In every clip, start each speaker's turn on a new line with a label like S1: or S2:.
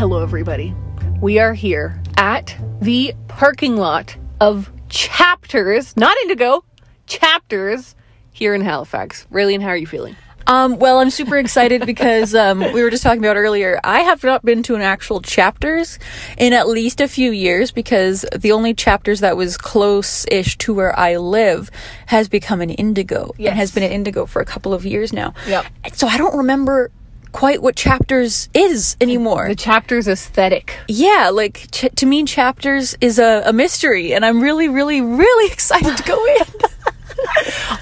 S1: everybody. We are here at the parking lot of Chapters, not Indigo, Chapters here in Halifax. Raylene, how are you feeling?
S2: Um, well, I'm super excited because um, we were just talking about earlier. I have not been to an actual chapters in at least a few years because the only chapters that was close ish to where I live has become an indigo
S1: Yes.
S2: and has been an indigo for a couple of years now.
S1: Yep.
S2: And So I don't remember quite what chapters is anymore.
S1: The Chapters aesthetic.
S2: yeah, like ch- to me, chapters is a, a mystery, and I'm really, really, really excited to go in.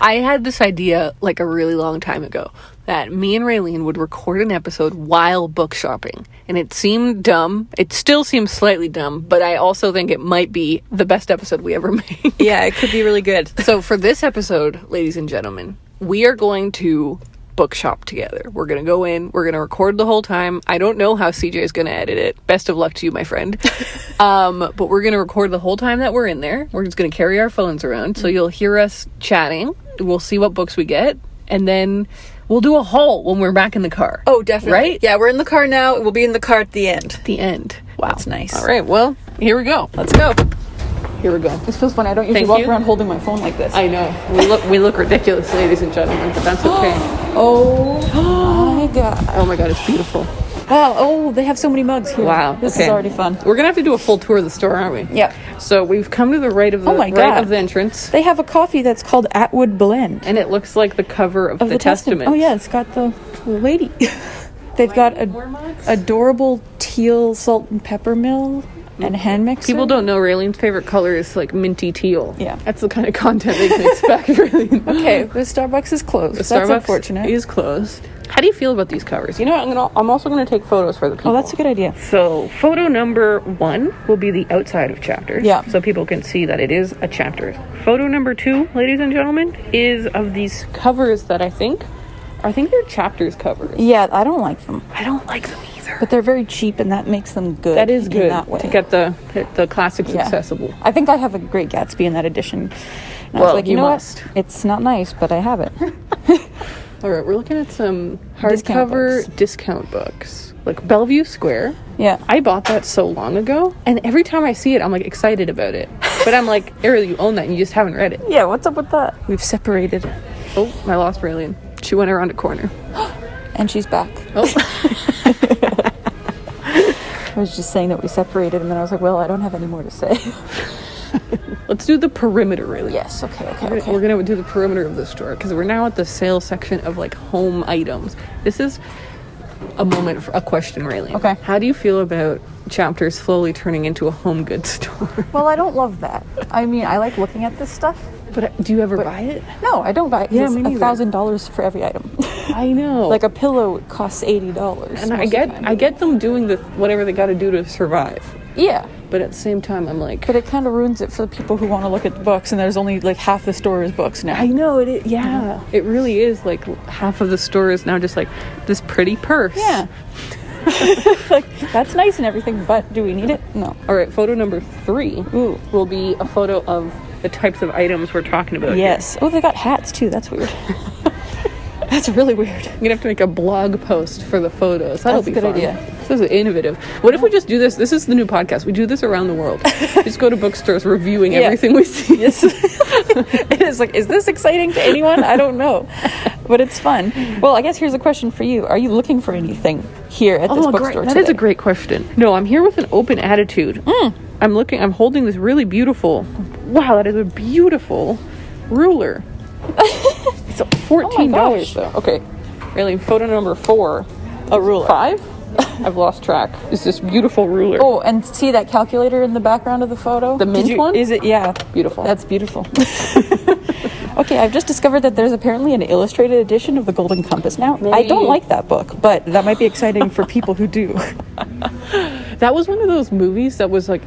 S1: I had this idea like a really long time ago that me and Raylene would record an episode while book shopping. And it seemed dumb. It still seems slightly dumb, but I also think it might be the best episode we ever made.
S2: yeah, it could be really good.
S1: so for this episode, ladies and gentlemen, we are going to bookshop together. We're going to go in, we're going to record the whole time. I don't know how CJ is going to edit it. Best of luck to you, my friend. um, but we're going to record the whole time that we're in there. We're just going to carry our phones around so you'll hear us chatting. We'll see what books we get and then we'll do a haul when we're back in the car.
S2: Oh, definitely.
S1: Right?
S2: Yeah, we're in the car now. We'll be in the car at the end.
S1: At the end. Wow.
S2: That's nice.
S1: All right. Well, here we go.
S2: Let's go.
S1: Here we go.
S2: This feels funny. I don't usually
S1: Thank
S2: walk
S1: you.
S2: around holding my phone like this.
S1: I know. We look we look ridiculous, ladies and gentlemen, but that's okay.
S2: oh my god.
S1: Oh my god, it's beautiful.
S2: Wow. Oh, they have so many mugs here.
S1: Wow.
S2: This is
S1: okay.
S2: already fun.
S1: We're gonna have to do a full tour of the store, aren't we?
S2: Yep.
S1: So we've come to the right of the
S2: Oh my
S1: right
S2: God.
S1: of the entrance.
S2: They have a coffee that's called Atwood Blend
S1: And it looks like the cover of,
S2: of the, Testament. Oh yeah, it's got the lady. They've got
S1: More
S2: a
S1: mugs?
S2: adorable teal salt and pepper mill and a hand mixer.
S1: People don't know Raylene's favorite color is like minty teal.
S2: Yeah.
S1: That's the kind of content they can expect, Raylene.
S2: Okay, the Starbucks is closed.
S1: The
S2: that's
S1: Starbucks
S2: unfortunate.
S1: is closed. How do you feel about these covers? You know, what, I'm gonna. I'm also gonna take photos for the people.
S2: oh, that's a good idea.
S1: So, photo number one will be the outside of chapters.
S2: Yeah.
S1: So people can see that it is a chapter. Photo number two, ladies and gentlemen, is of these covers that I think, I think they're chapters covers.
S2: Yeah, I don't like them,
S1: I don't like them either.
S2: but they're very cheap, and that makes them good.
S1: That is
S2: in
S1: good
S2: that way.
S1: to get the the classics
S2: Yeah.
S1: accessible.
S2: I think I have a Great Gatsby in that edition. And I was
S1: Well,
S2: like, you,
S1: you
S2: know
S1: must.
S2: what? It's not nice, but I have it.
S1: All right, we're looking at some
S2: Discount
S1: hardcover
S2: books.
S1: discount books, like Bellevue Square.
S2: Yeah.
S1: I bought that so long ago, and every time I see it, I'm like excited about it. But I'm like, Ariel, you own that, and you just haven't read it.
S2: Yeah, what's up with that? We've separated,
S1: Oh, I lost Raylene. She went around a corner.
S2: and she's back.
S1: Oh,
S2: I was just saying that we separated, and then I was like, well, I don't have any more to say.
S1: let's do the perimeter, really.
S2: yes, okay, okay,
S1: We're gonna-
S2: okay.
S1: We're gonna do the perimeter of the store because we're now at the sale section of like home items. This is a moment for a question, really.
S2: Okay.
S1: How do you feel about chapters slowly turning into a home goods store?
S2: Well, I don't love that. I mean, I like looking at this stuff.
S1: but uh, do you ever buy it?
S2: No, I don't buy it.
S1: Yeah,
S2: it's
S1: me neither.
S2: $1,000 for every item.
S1: I know.
S2: like a pillow it costs $80.
S1: and
S2: most
S1: I
S2: of
S1: get
S2: the time.
S1: I get them doing the whatever they got to do to survive,
S2: Yeah,
S1: but at the same time I'm like
S2: but it kind of ruins it for the people who want to look at the books, and there's only like half the store is books now.
S1: I know it. Is, yeah, it really is. Like half of the store is now just like this pretty purse.
S2: Yeah. like that's nice and everything, but do we need it? No.
S1: All right, photo number three
S2: Ooh.
S1: will be a photo of the types of items we're talking about. here.
S2: Yes. Oh, they got hats too. That's weird. that's really weird.
S1: I'm gonna have to make a blog post for the photos. That'll
S2: That's
S1: be
S2: a good
S1: fun.
S2: idea.
S1: This is innovative. What if we just do this? This is the new podcast. We do this around the world. just go to bookstores reviewing
S2: Yeah.
S1: everything we see.
S2: Yes. it is like, is this exciting to anyone? I don't know, but it's fun. Well, I guess here's a question for you: Are you looking for anything here at this
S1: Oh, great.
S2: bookstore
S1: That
S2: today?
S1: is a great question. No, I'm here with an open attitude. I'm looking. I'm holding this really beautiful. Wow, that is a beautiful ruler. it's fourteen dollars though. Okay, really. Photo number four.
S2: a ruler.
S1: Five. I've lost track. It's this beautiful ruler.
S2: Oh, and see that calculator in the background of the photo?
S1: The
S2: Did
S1: mint
S2: you-
S1: one?
S2: Is it? Yeah.
S1: beautiful.
S2: That's beautiful. okay, I've just discovered that there's apparently an illustrated edition of The Golden Compass now. I don't
S1: Maybe.
S2: like that book, but that might be exciting for people who do.
S1: That was one of those movies that was like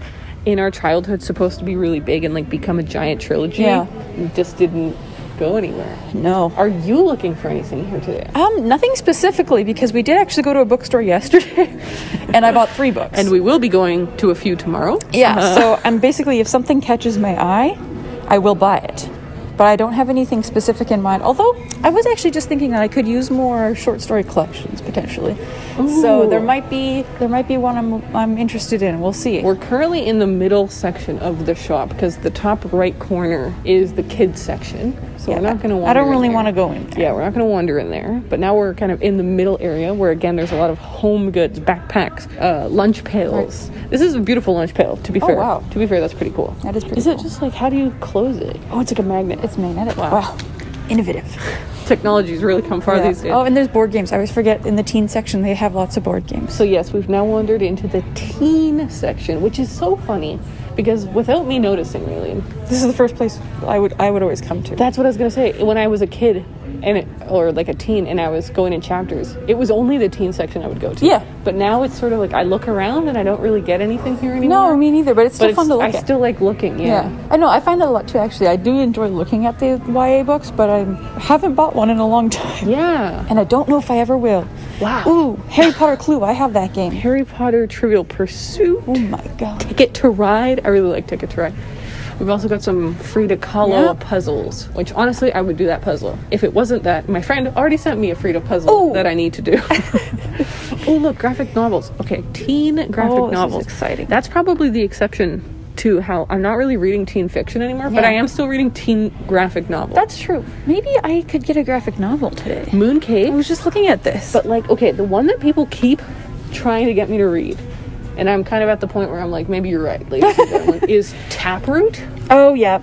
S1: in our childhood supposed to be really big and like become a giant trilogy.
S2: Yeah.
S1: It just didn't go anywhere.
S2: No.
S1: Are you looking for anything here today?
S2: Um, nothing specifically because we did actually go to a bookstore yesterday and I bought three books. um,
S1: And we will be going to a few tomorrow.
S2: yeah, so I'm basically if something catches my eye, I will buy it. but I don't have anything specific in mind. Although I was actually just thinking that I could use more short story collections potentially. So there might be there might be one I'm I'm interested in. We'll see.
S1: We're currently in the middle section of the shop because the top right corner is the kids section. So we're not going to wander
S2: I don't really
S1: want
S2: want to go in. there.
S1: Yeah, we're not going to wander in there. But now we're kind of in the middle area where, again, there's a lot of home goods, backpacks, uh, lunch pails. This is a beautiful lunch pail, to be fair.
S2: Oh, wow.
S1: To be fair, that's pretty cool.
S2: That is pretty
S1: Is it
S2: cool.
S1: just like, how do you close it? Oh, it's like a magnet.
S2: It's magnetic. Wow. Innovative.
S1: Technology's really come far
S2: Yeah.
S1: these days.
S2: Oh, and there's board games. I always forget in the teen section they have lots of board games.
S1: So, yes, we've now wandered into the teen section, which is so funny because without me noticing, really,
S2: This is the first place I would I would always come to.
S1: That's what I was gonna say. When I was a kid, and it, or like a teen, and I was going in chapters, it was only the teen section I would go to.
S2: Yeah.
S1: But now it's sort of like I look around and I don't really get anything here anymore.
S2: no, me neither, but it's still
S1: but it's,
S2: fun to look
S1: I
S2: at.
S1: still like looking.
S2: Yeah.
S1: Yeah.
S2: I know. I find that a lot too. Actually, I do enjoy looking at the YA books, but I haven't bought one in a long time,
S1: Yeah.
S2: and I don't know if I ever will.
S1: Wow.
S2: Ooh, Harry Potter Clue. I have that game.
S1: Harry Potter Trivial Pursuit.
S2: Oh my god.
S1: Ticket to Ride. I really like Ticket to Ride. We've also got some Frida Kahlo
S2: Yeah.
S1: puzzles, which honestly, I would do that puzzle. If it wasn't that, my friend already sent me a Frida puzzle
S2: Ooh.
S1: that I need to do. oh, look, graphic novels. Okay, teen graphic
S2: Oh, this is
S1: novels.
S2: exciting.
S1: That's probably the exception to how I'm not really reading teen fiction anymore, but
S2: Yeah.
S1: I am still reading teen graphic novels.
S2: That's true. Maybe I could get a graphic novel today.
S1: Moon
S2: I
S1: Cave.
S2: was just looking at this.
S1: But like, okay, the one that people keep trying to get me to read, and I'm kind of at the point where I'm like, maybe you're right, ladies and gentlemen, is Taproot.
S2: oh yeah,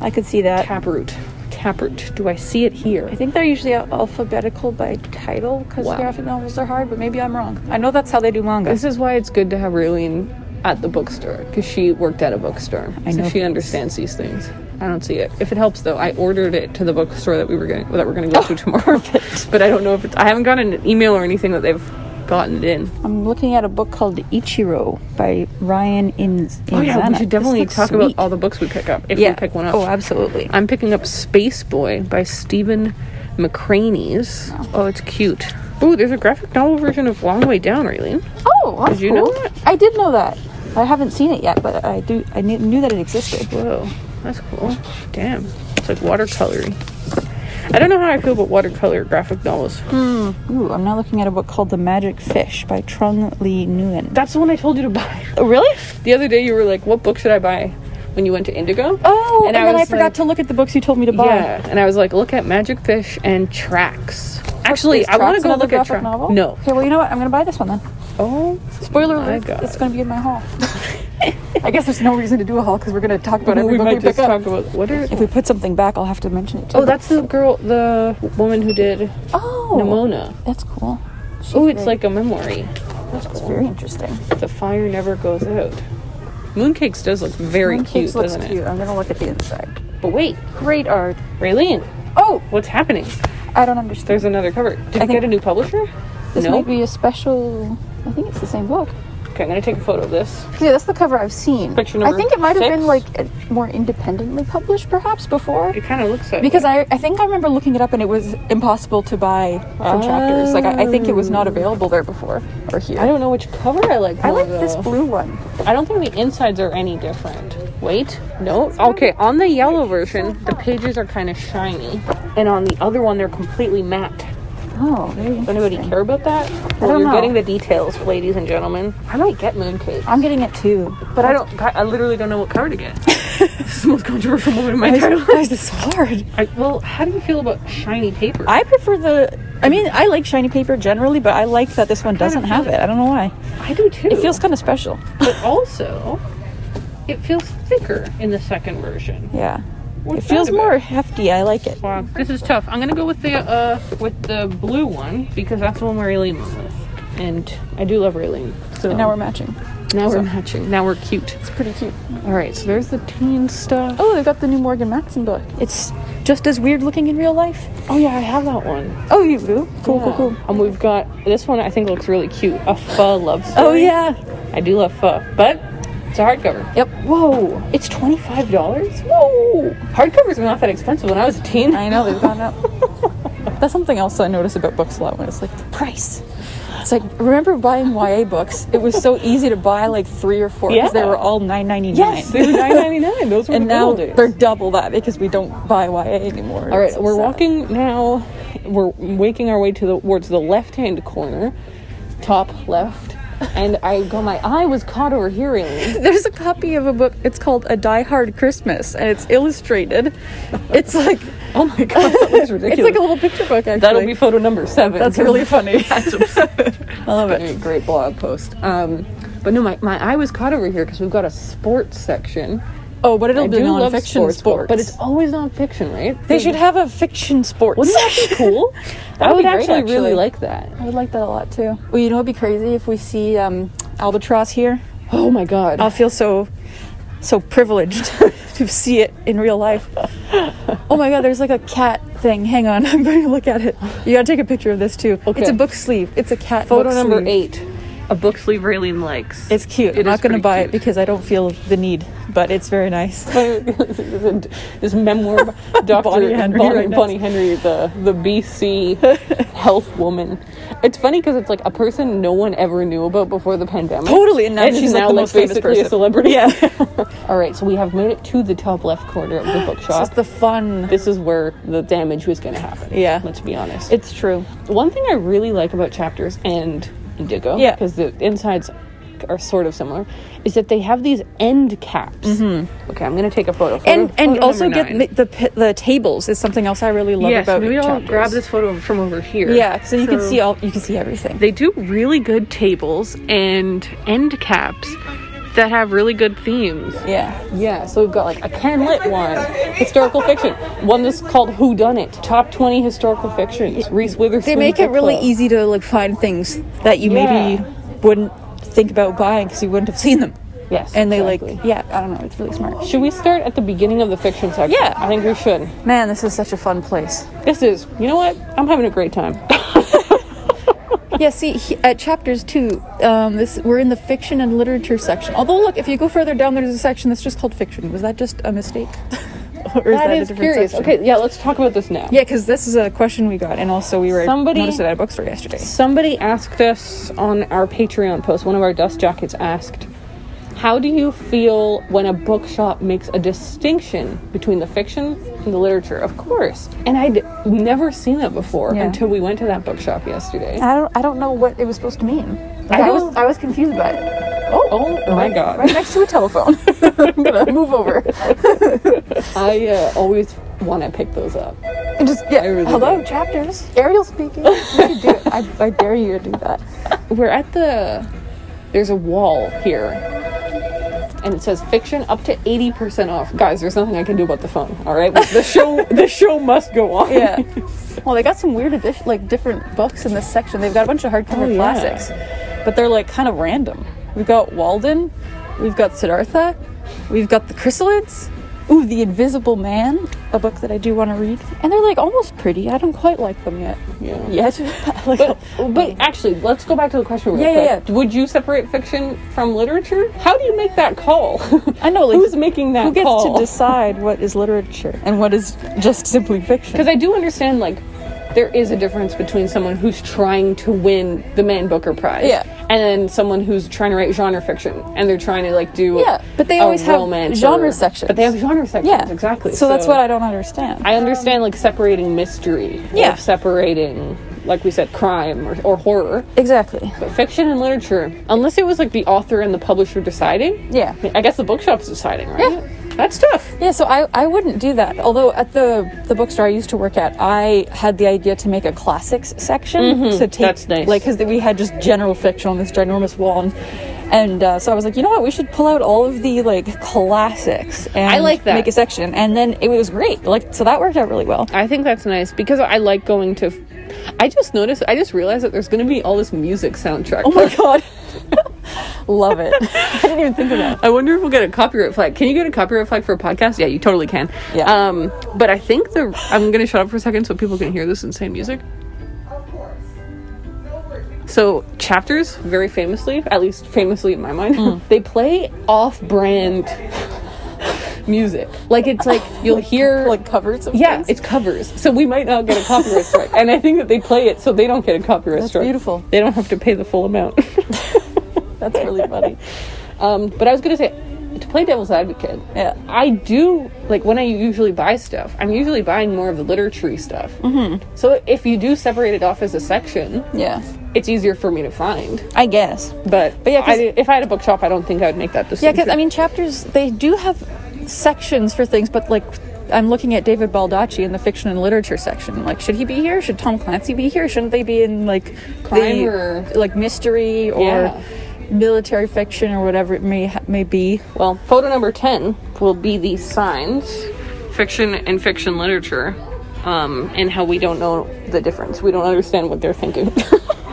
S2: I could see that.
S1: Taproot. Taproot. Do I see it
S2: I
S1: here?
S2: think they're usually al- alphabetical by title because
S1: Wow.
S2: graphic novels are hard, but maybe I'm wrong. I know that's how they do manga.
S1: This is why it's good to have Raylene at the bookstore because she worked at a bookstore,
S2: I
S1: so
S2: know
S1: she
S2: this.
S1: understands these things. I don't see it. If it helps, though, I ordered it to the bookstore that we were going that we're going to go
S2: Oh,
S1: to tomorrow. but I don't know if it's. I haven't gotten an email or anything that they've gotten it in.
S2: I'm looking at a book called Ichiro by Ryan In.
S1: Oh yeah, we should definitely talk about
S2: all.
S1: all the books we pick up if we pick one up.
S2: Oh, absolutely.
S1: I'm picking up Space Boy by Stephen McCraney's. Oh, it's cute. Ooh, there's a graphic novel version of Long Way Down, Raylene.
S2: Oh, that's
S1: Did you know
S2: cool.
S1: that?
S2: I did know that. I haven't seen it yet, but I do. I knew, knew that it existed.
S1: Whoa, that's cool. Damn, it's like watercolory. I don't know how I feel about watercolor graphic novels.
S2: Ooh, I'm now looking at a book called The Magic Fish by Trung Lee Nguyen.
S1: That's the one I told you to buy.
S2: Oh, really?
S1: The other day you were like, "What book should I buy?" When you went to Indigo.
S2: Oh, and, then I
S1: was
S2: forgot
S1: like-
S2: to look at the books you told me to buy.
S1: Yeah, and I was like, "Look at Magic Fish and Tracks." Actually,
S2: Is
S1: I want to
S2: Tracks
S1: go
S2: another
S1: look at
S2: graphic
S1: Tracks.
S2: novel?
S1: No.
S2: Okay, well, you know what? I'm going to buy this one then.
S1: Oh,
S2: Spoiler
S1: my
S2: alert!
S1: God.
S2: It's going to be in my haul. I guess there's no reason to do a haul because we're going to talk about
S1: Well,
S2: every
S1: we
S2: book
S1: might
S2: we
S1: just
S2: pick up.
S1: talk about what are.
S2: If we put something back, I'll have to mention it. Too.
S1: Oh, that's the girl, the woman who did
S2: oh,
S1: Nimona.
S2: that's cool. She's
S1: Oh, it's
S2: great.
S1: like a memory. That's
S2: It's
S1: cool.
S2: very interesting.
S1: The fire never goes out. Mooncakes does look very
S2: Mooncakes
S1: cute,
S2: looks
S1: doesn't
S2: cute. I'm gonna look at the inside.
S1: it? But wait,
S2: Great art.
S1: Raylene,
S2: Oh,
S1: what's happening?
S2: I don't understand.
S1: There's another cover. Did you
S2: think-
S1: get a new publisher?
S2: this
S1: no.
S2: might be a special. I think it's the same book.
S1: Okay, I'm gonna take a photo of this.
S2: Yeah, that's the cover I've seen.
S1: Picture
S2: I
S1: number
S2: think it might have been
S1: six?
S2: like uh, more independently published, perhaps before.
S1: It kind of looks like
S2: Because I, I think I remember looking it up and it was impossible to buy from chapters. Like I, I think it was not available there before or here.
S1: I don't know which cover I like.
S2: I
S1: more,
S2: like this
S1: though.
S2: blue one.
S1: I don't think the insides are any different. Wait, no. Okay, on the yellow version, the pages are kind of shiny, and on the other one, they're completely matte.
S2: Oh, very
S1: Does anybody
S2: interesting.
S1: care about that? Well,
S2: don't
S1: you're
S2: know.
S1: getting the details, ladies and gentlemen. I might get mooncake,
S2: I'm getting it too.
S1: but I don't. I literally don't know what cover to get. this is the most controversial moment in my entire life.
S2: Guys, this is hard.
S1: I, well, how do you feel about shiny paper?
S2: I prefer the. I mean, I like shiny paper generally, but I like that this one doesn't have it. I don't know why.
S1: I do too.
S2: It feels kind of special.
S1: but also, it feels thicker in the second version.
S2: Yeah.
S1: What's
S2: it feels
S1: that about?
S2: more hefty. I like it.
S1: Wow, this is tough. I'm gonna go with the uh with the blue one because that's the one where Raylene went with, and I do love Raylene. So
S2: And now we're matching.
S1: now we're matching. Now we're cute.
S2: It's pretty cute.
S1: All right, so there's the teen stuff.
S2: Oh, they've got the new Morgan Matson book. It's just as weird looking in real life.
S1: Oh yeah, I have that one.
S2: Oh, you do? Cool,
S1: Yeah.
S2: cool, cool.
S1: And we've got this one. I think looks really cute. A pho love story.
S2: Oh. Oh, yeah.
S1: I do love pho, but it's a hardcover.
S2: Yep.
S1: Whoa, it's twenty five dollars. Whoa, hardcovers were not that expensive when I was a teen.
S2: I know, they've gone up. That's something else I notice about books a lot when it's like the price. It's like remember buying YA books? It was so easy to buy like three or four because they
S1: Yeah.
S2: were all nine ninety nine.
S1: Yes, they were nine ninety nine. Those were
S2: and
S1: the
S2: now
S1: good old
S2: they're
S1: days.
S2: double that because we don't buy YA anymore.
S1: All right,
S2: It's so
S1: we're
S2: sad.
S1: walking now. We're making our way to the towards the left-hand corner, top left, and I go. My eye was caught overhearing.
S2: There's a copy of a book. It's called A Die Hard Christmas, and it's illustrated. It's like
S1: Oh my god, that looks ridiculous.
S2: it's like a little picture book. Actually,
S1: That'll be photo number seven.
S2: that's really funny. I love
S1: That'd
S2: it.
S1: be a great blog post. Um, but no, my, my eye was caught over here because we've got a sports section.
S2: Oh, but it'll
S1: I
S2: be
S1: do love
S2: nonfiction
S1: sports,
S2: sports.
S1: but it's always nonfiction, right?
S2: they should have a fiction sports.
S1: Wouldn't that be cool?
S2: That
S1: I
S2: would
S1: would
S2: be great,
S1: actually,
S2: actually.
S1: really like that.
S2: I would like that a lot too. Well, you know it'd be crazy if we see um, albatross here.
S1: Oh my god.
S2: I'll feel so so privileged to see it in real life. Oh my god, there's like a cat thing. Hang on, I'm going to look at it. You gotta take a picture of this too.
S1: Okay.
S2: It's a book sleeve. It's a cat.
S1: photo
S2: book
S1: number
S2: sleeve.
S1: eight. A book sleeve Raylene likes.
S2: It's cute.
S1: It
S2: I'm not
S1: is
S2: gonna
S1: pretty
S2: buy it
S1: cute.
S2: because I don't feel the need, but it's very nice.
S1: this memoir by Dr.
S2: Bonnie
S1: Bonnie
S2: Henry
S1: Henry,
S2: right next.
S1: Bonnie Henry the, the BC health woman. It's funny because it's like a person no one ever knew about before the pandemic.
S2: Totally, and now she's, like, the most famous
S1: basically
S2: person.
S1: a celebrity.
S2: Yeah.
S1: All right, so we have made it to the top left corner of the bookshop.
S2: It's the fun.
S1: this is where the damage was going to happen.
S2: Yeah.
S1: let's be honest.
S2: It's true.
S1: One thing I really like about chapters and Indigo,
S2: Yeah.
S1: because the insides are sort of similar, is that they have these end caps. Okay, I'm gonna take a photo. photo
S2: And and
S1: photo
S2: also
S1: number
S2: get
S1: nine.
S2: the, the pi- the tables is something else I really love
S1: yes,
S2: about
S1: maybe I'll
S2: chapters.
S1: grab this photo from over here.
S2: Yeah, because then you can
S1: So-
S2: see all you can see everything.
S1: They do really good tables and end caps that have really good themes.
S2: Yeah.
S1: Yeah, so we've got like a Ken Lit one, historical fiction, one that's called Who Done It, top 20 historical fictions, Reese Witherspoon.
S2: they make it
S1: book
S2: really
S1: club.
S2: easy to like find things that you
S1: Yeah.
S2: maybe wouldn't think about buying because you wouldn't have seen them.
S1: Yes,
S2: And they
S1: exactly.
S2: like, yeah, I don't know, it's really smart.
S1: Should we start at the beginning of the fiction section?
S2: Yeah.
S1: I think we should.
S2: Man, this is such a fun place.
S1: This is, you know what? I'm having a great time.
S2: yeah, see, he, at chapters two, um, this we're in the fiction and literature section. Although, look, if you go further down, there's a section that's just called fiction. Was that just a mistake? or is
S1: that is curious. Okay, yeah, let's talk about this now.
S2: Yeah, because this is a question we got, and also we were
S1: Somebody-
S2: noticed it at a bookstore yesterday.
S1: Somebody asked us on our Patreon post, one of our dust jackets asked, How do you feel when a bookshop makes a distinction between the fiction and the literature? Of course. And I'd never seen that before
S2: Yeah.
S1: until we went to that bookshop yesterday.
S2: I don't, I don't know what it was supposed to mean.
S1: I
S2: I, was,
S1: don't-
S2: I was confused by it.
S1: Oh, my god.
S2: right next to a telephone. I'm gonna move over
S1: I uh, always want to pick those up.
S2: and just yeah.
S1: I really
S2: Hello,
S1: don't.
S2: chapters. Ariel speaking. You can do it. I, I dare you to do that.
S1: We're at the. There's a wall here. And it says fiction up to 80% off. Guys, there's nothing I can do about the phone, all right? The show the show must go on.
S2: Yeah. Well, they got some weird edition, like different books in this section. They've got a bunch of hardcover
S1: Oh, yeah.
S2: classics, but they're like kind of random. We've got Walden, we've got Siddhartha, we've got the Chrysalids. Ooh, The Invisible Man, a book that I do want to read. And they're like almost pretty. I don't quite like them yet.
S1: Yeah.
S2: Yet. like,
S1: But, but actually, let's go back to the question real
S2: Yeah,
S1: quick.
S2: yeah, yeah.
S1: Would you separate fiction from literature? How do you make that call?
S2: I know, like
S1: Who's making that
S2: who gets
S1: call?
S2: to decide what is literature and what is just simply fiction
S1: Because I do understand, like, there is a difference between someone who's trying to win the Man Booker Prize,
S2: Yeah.
S1: and then someone who's trying to write genre fiction and they're trying to like do,
S2: Yeah, but they
S1: a
S2: always have
S1: romance
S2: genre
S1: or-
S2: sections.
S1: But they have genre sections,
S2: yeah
S1: exactly.
S2: so, that's what i don't understand
S1: I understand, like separating mystery,
S2: Yeah.
S1: or separating, like we said, crime or, or horror.
S2: exactly
S1: But fiction and literature, unless it was like the author and the publisher deciding.
S2: Yeah.
S1: I guess the bookshop's deciding, right?
S2: Yeah.
S1: That's tough.
S2: yeah so i i wouldn't do that although at the the bookstore i used to work at i had the idea to make a classics section to take
S1: Mm-hmm. that's nice.
S2: like because we had just general fiction on this ginormous wall and, and uh, so I was like, you know what? We should pull out all of the like classics and
S1: I like that.
S2: make a section. And then it was great. Like so that worked out really well.
S1: I think that's nice because I like going to. I just noticed, I just realized that there's going to be all this music soundtrack.
S2: Oh my god, love it! I didn't even think of that.
S1: I wonder if we'll get a copyright flag. Can you get a copyright flag for a podcast? Yeah, you totally can.
S2: Yeah.
S1: Um, but I think the I'm gonna shut up for a second so people can hear this insane music. So chapters, very
S2: Mm.
S1: famously, at least famously in my mind, they play off-brand music. Like it's like you'll hear
S2: like covers of
S1: yeah,
S2: things?
S1: it's covers. So we might not get a copyright strike. And I think that they play it so they don't get a copyright
S2: That's
S1: strike.
S2: beautiful.
S1: They don't have to pay the full amount.
S2: That's really funny.
S1: Um, but I was gonna say, to play devil's advocate,
S2: Yeah.
S1: I do like when I usually buy stuff. I'm usually buying more of the literature stuff. Mm-hmm. So if you do separate it off as a section,
S2: Yeah.
S1: it's easier for me to find.
S2: I guess.
S1: But,
S2: But yeah, 'cause-
S1: I, if I had a bookshop, I don't think I would make that
S2: Yeah,
S1: decision.
S2: because I mean, chapters they do have sections for things, but like I'm looking at David Baldacci in the fiction and literature section. Like, should he be here? Should Tom Clancy be here? Shouldn't they be in like
S1: Crime
S2: the-
S1: or-
S2: like mystery or
S1: Yeah.
S2: military fiction or whatever it may ha- may be?
S1: well, photo number ten will be these signs, fiction and fiction literature, um, and how we don't know the difference. We don't understand what they're thinking.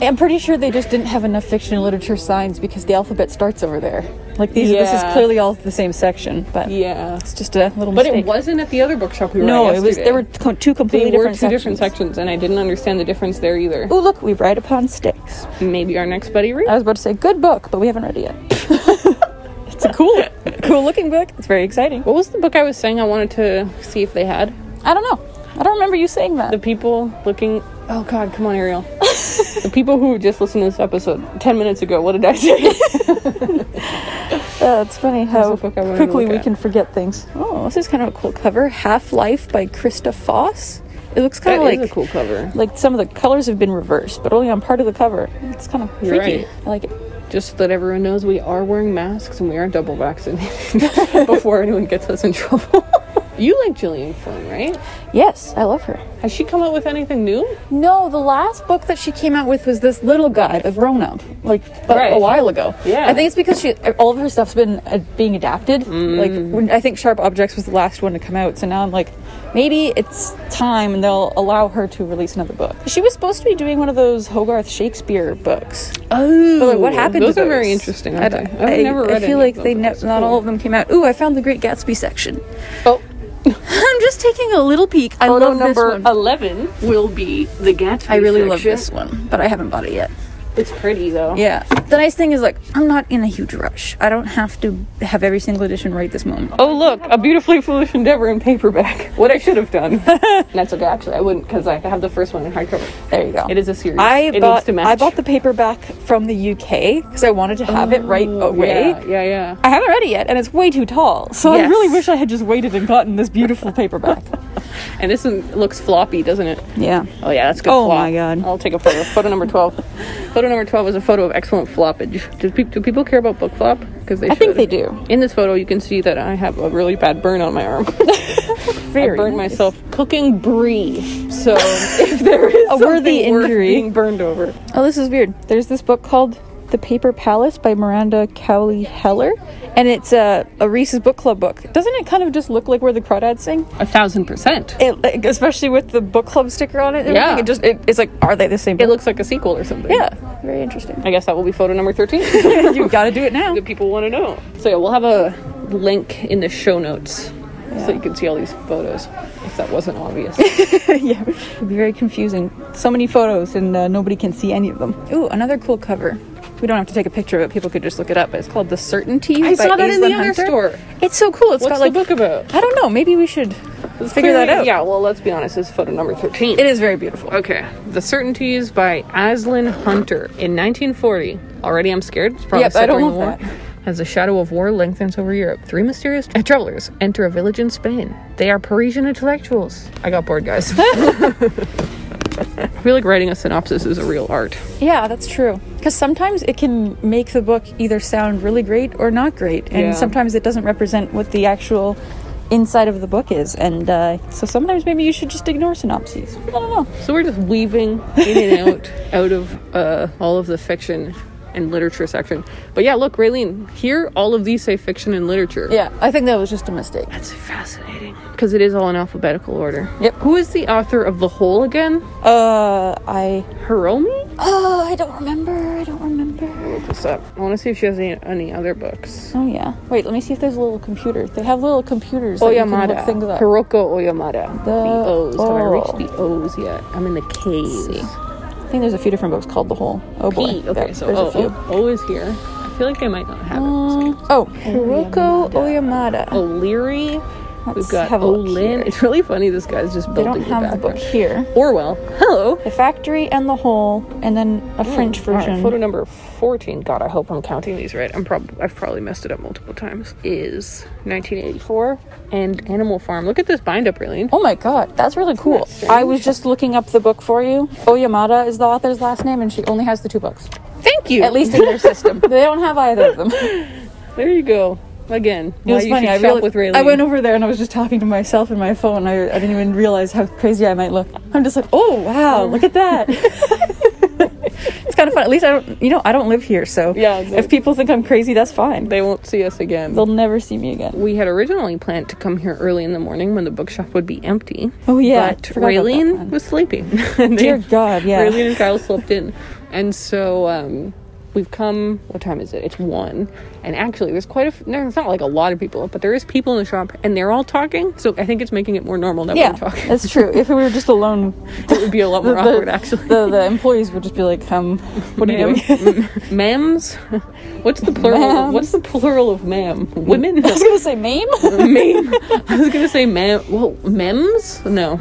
S2: I'm pretty sure they just didn't have enough fiction and literature signs because the alphabet starts over there. Like these, this is
S1: Yeah.
S2: clearly all the same section, but
S1: yeah,
S2: it's just a little
S1: but
S2: mistake.
S1: it wasn't at the other bookshop we were.
S2: no,
S1: at
S2: it was
S1: yesterday.
S2: there were co- two
S1: They
S2: completely
S1: were
S2: different
S1: two different
S2: sections.
S1: sections, and I didn't understand the difference there either.
S2: Oh look, we ride upon sticks.
S1: Maybe our next buddy read.
S2: I was about to say good book, but we haven't read it yet. it's a cool, cool looking book. It's very exciting.
S1: What was the book I was saying I wanted to see if they had?
S2: I don't know. I don't remember you saying that.
S1: The people looking. Oh God, come on, Ariel. the people who just listened to this episode ten minutes ago. What did I say?
S2: Uh, it's funny how
S1: a book I wanted to
S2: quickly
S1: look
S2: we
S1: at.
S2: can forget things. Oh, this is kind of a cool cover. Half Life by Krista Foss. It looks
S1: That
S2: kind
S1: is
S2: of like
S1: a cool cover.
S2: like some of the colors have been reversed, but only on part of the cover. It's kind of
S1: You're
S2: freaky.
S1: right.
S2: I like it.
S1: Just so that everyone knows, we are wearing masks and we are double vaccinated before anyone gets us in trouble. you like Gillian Flynn, right?
S2: Yes, I love her.
S1: Has she come out with anything new?
S2: No, the last book that she came out with was this little guy, the grown up, like but a
S1: Right.
S2: while ago.
S1: Yeah.
S2: I think it's because she all of her stuff's been uh, being adapted. Like when, I think Sharp Objects was the last one to come out, so now I'm like, maybe it's time and they'll allow her to release another book. She was supposed to be doing one of those Hogarth Shakespeare books.
S1: Oh,
S2: But like, what happened?
S1: Those
S2: to
S1: are very
S2: those?
S1: interesting.
S2: I,
S1: Aren't
S2: don't-
S1: they? I've
S2: I-
S1: never
S2: I
S1: read.
S2: feel
S1: any
S2: like
S1: of them.
S2: they ne-
S1: That's
S2: not
S1: cool.
S2: all of them came out. Ooh, I found the Great Gatsby section.
S1: Oh,
S2: I'm just taking a little peek. I
S1: Photo
S2: love this
S1: number
S2: one.
S1: 11 will be the Gatsby.
S2: I really love
S1: section.
S2: this one, but I haven't bought it yet.
S1: It's pretty though.
S2: Yeah. The nice thing is, like, I'm not in a huge rush. I don't have to have every single edition right this moment.
S1: Oh look, a beautifully foolish endeavor in paperback. What I should have done. That's okay. Actually, I wouldn't because I have the first one in hardcover.
S2: There you go.
S1: It is a series.
S2: I
S1: it
S2: bought
S1: needs to match.
S2: I bought the paperback from the UK because I wanted to have it right
S1: Oh,
S2: away.
S1: Yeah, yeah, yeah.
S2: I haven't read it yet, and it's way too tall. So I
S1: Yes.
S2: really wish I had just waited and gotten this beautiful paperback.
S1: And this one looks floppy, doesn't it?
S2: yeah.
S1: Oh yeah, that's good.
S2: Oh,
S1: flop.
S2: my God.
S1: I'll take a photo. Photo number twelve. photo number twelve is a photo of excellent floppage. Do, pe- do people care about book flop? Because they
S2: I think
S1: should.
S2: they do.
S1: In this photo, you can see that I have a really bad burn on my arm. I
S2: Very.
S1: burned
S2: nice.
S1: myself cooking brie. So if there is
S2: A worthy
S1: something worth
S2: injury.
S1: being burned over,
S2: Oh, this is weird. There's this book called The Paper Palace by Miranda Cowley Heller, and it's a, a Reese's Book Club book. Doesn't it kind of just look like where the crawdads sing?
S1: a thousand percent.
S2: It, like, especially with the book club sticker on it. And
S1: Yeah.
S2: everything, It just it, it's like, are they the same?
S1: It
S2: book?
S1: looks like a sequel or something.
S2: yeah, very interesting.
S1: I guess that will be photo number 13.
S2: you got to do it now.
S1: the people want to know. So, yeah, we'll have a link in the show notes so you can see all these photos if that wasn't obvious.
S2: yeah, it'd be very confusing. So many photos, and uh, nobody can see any of them. Ooh, another cool cover. We don't have to take a picture of it. People could just look it up. It's called The Certainty.
S1: I
S2: by
S1: saw that in the
S2: Aislinn
S1: other
S2: Hunter.
S1: store.
S2: It's so cool. It's
S1: What's
S2: got like
S1: the book about?
S2: I don't know. Maybe we should figure that out.
S1: Yeah, well, let's be honest, it's photo number 13.
S2: It is very beautiful.
S1: Okay, The Certainties by Aslan Hunter in 1940. Already I'm scared. It's probably
S2: Yep,
S1: set
S2: I don't
S1: during the
S2: love
S1: war. As the shadow of war lengthens over Europe, three mysterious travelers enter a village in Spain. They are Parisian intellectuals. I got bored, guys. I feel like writing a synopsis is a real art.
S2: Yeah, that's true. Because sometimes it can make the book either sound really great or not great, and
S1: Yeah.
S2: sometimes it doesn't represent what the actual inside of the book is. And uh, so sometimes maybe you should just ignore synopses. I don't know.
S1: So we're just weaving in and out out of uh, all of the fiction and literature section. But yeah, look, Raylene, here all of these say fiction and literature.
S2: Yeah, I think that was just a mistake.
S1: That's fascinating because it is all in alphabetical order.
S2: Yep.
S1: Who is the author of The Hole again?
S2: Uh, I.
S1: Hiromi?
S2: Oh, I don't remember. I don't remember.
S1: Look this up. I want to see if she has any, any other books.
S2: Oh yeah. Wait, let me see if there's a little computer. They have little computers. that Oh, you can
S1: Oyamada.
S2: look things up.
S1: Hiroko Oyamada. The, O's. Have I
S2: oh.
S1: reached the O's yet? I'm in the K's.
S2: I think there's a few different books called The Hole. Oh boy.
S1: P. Okay,
S2: Yep,
S1: so
S2: there's
S1: o,
S2: a few.
S1: o, o is here. I feel like I might not have it.
S2: Oh, Hiroko Oyamada.
S1: O'Leary. We've got
S2: have a look
S1: Olin.
S2: here.
S1: It's really funny. This guy's just
S2: They
S1: building
S2: don't
S1: the
S2: have the book
S1: background.
S2: here.
S1: Orwell. Hello.
S2: The Factory and the Hole, and then a French
S1: Mm, All right,
S2: version.
S1: photo number 14. God, I hope I'm counting these right. I'm probably I've probably messed it up multiple times. Is 1984 and Animal Farm. Look at this bind up, Raylene.
S2: Oh my god, that's really cool. I was just looking up the book for you. Oyamada is the author's last name, and she only has the two books.
S1: Thank you.
S2: At least in their system. They don't have either of them.
S1: there you go. Again,
S2: It was
S1: why you
S2: funny.
S1: should
S2: I,
S1: shop
S2: realized,
S1: with Raylene.
S2: I went over there and I was just talking to myself in my phone. I, I didn't even realize how crazy I might look. I'm just like, oh wow, look at that. it's kind of fun. At least I don't, you know, I don't live here, so
S1: Yeah,
S2: if people think I'm crazy, that's fine. They,
S1: they won't see us again.
S2: they'll never see me again.
S1: we had originally planned to come here early in the morning when the bookshop would be empty.
S2: Oh, yeah, I
S1: But
S2: forgot about that
S1: Raylene
S2: one.
S1: was sleeping. And
S2: Dear
S1: they-
S2: God, yeah.
S1: Raylene and Kyle slept in. And so um, we've come, what time is it? It's one. And actually, there's quite a, f- no, it's not like a lot of people, but there is people in the shop and they're all talking. So I think it's making it more normal that
S2: Yeah,
S1: we're talking.
S2: that's true. If we were just alone,
S1: It would be a lot more awkward, actually.
S2: the, the employees would just be like, um, what are you
S1: Ma'am.
S2: doing?
S1: M- Ma'ams? What's the plural? Of, what's the plural of ma'am? Women?
S2: I was gonna say meme,
S1: meme. I was gonna say ma'am. Well, mems? No,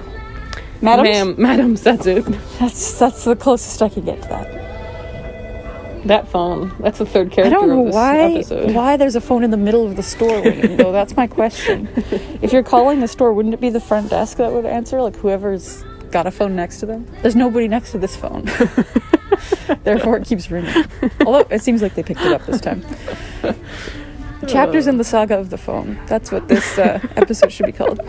S2: madam.
S1: ma'am, madams. That's it.
S2: That's that's the closest I can get to that.
S1: That phone. That's the third character
S2: I don't know
S1: of this
S2: why
S1: episode.
S2: why there's a phone in the middle of the store ringing though. That's my question. If you're calling the store, wouldn't it be the front desk that would answer? Like whoever's got a phone next to them. There's nobody next to this phone. Therefore, it keeps ringing. Although it seems like they picked it up this time. Chapters in the saga of the phone. That's what this uh, episode should be called.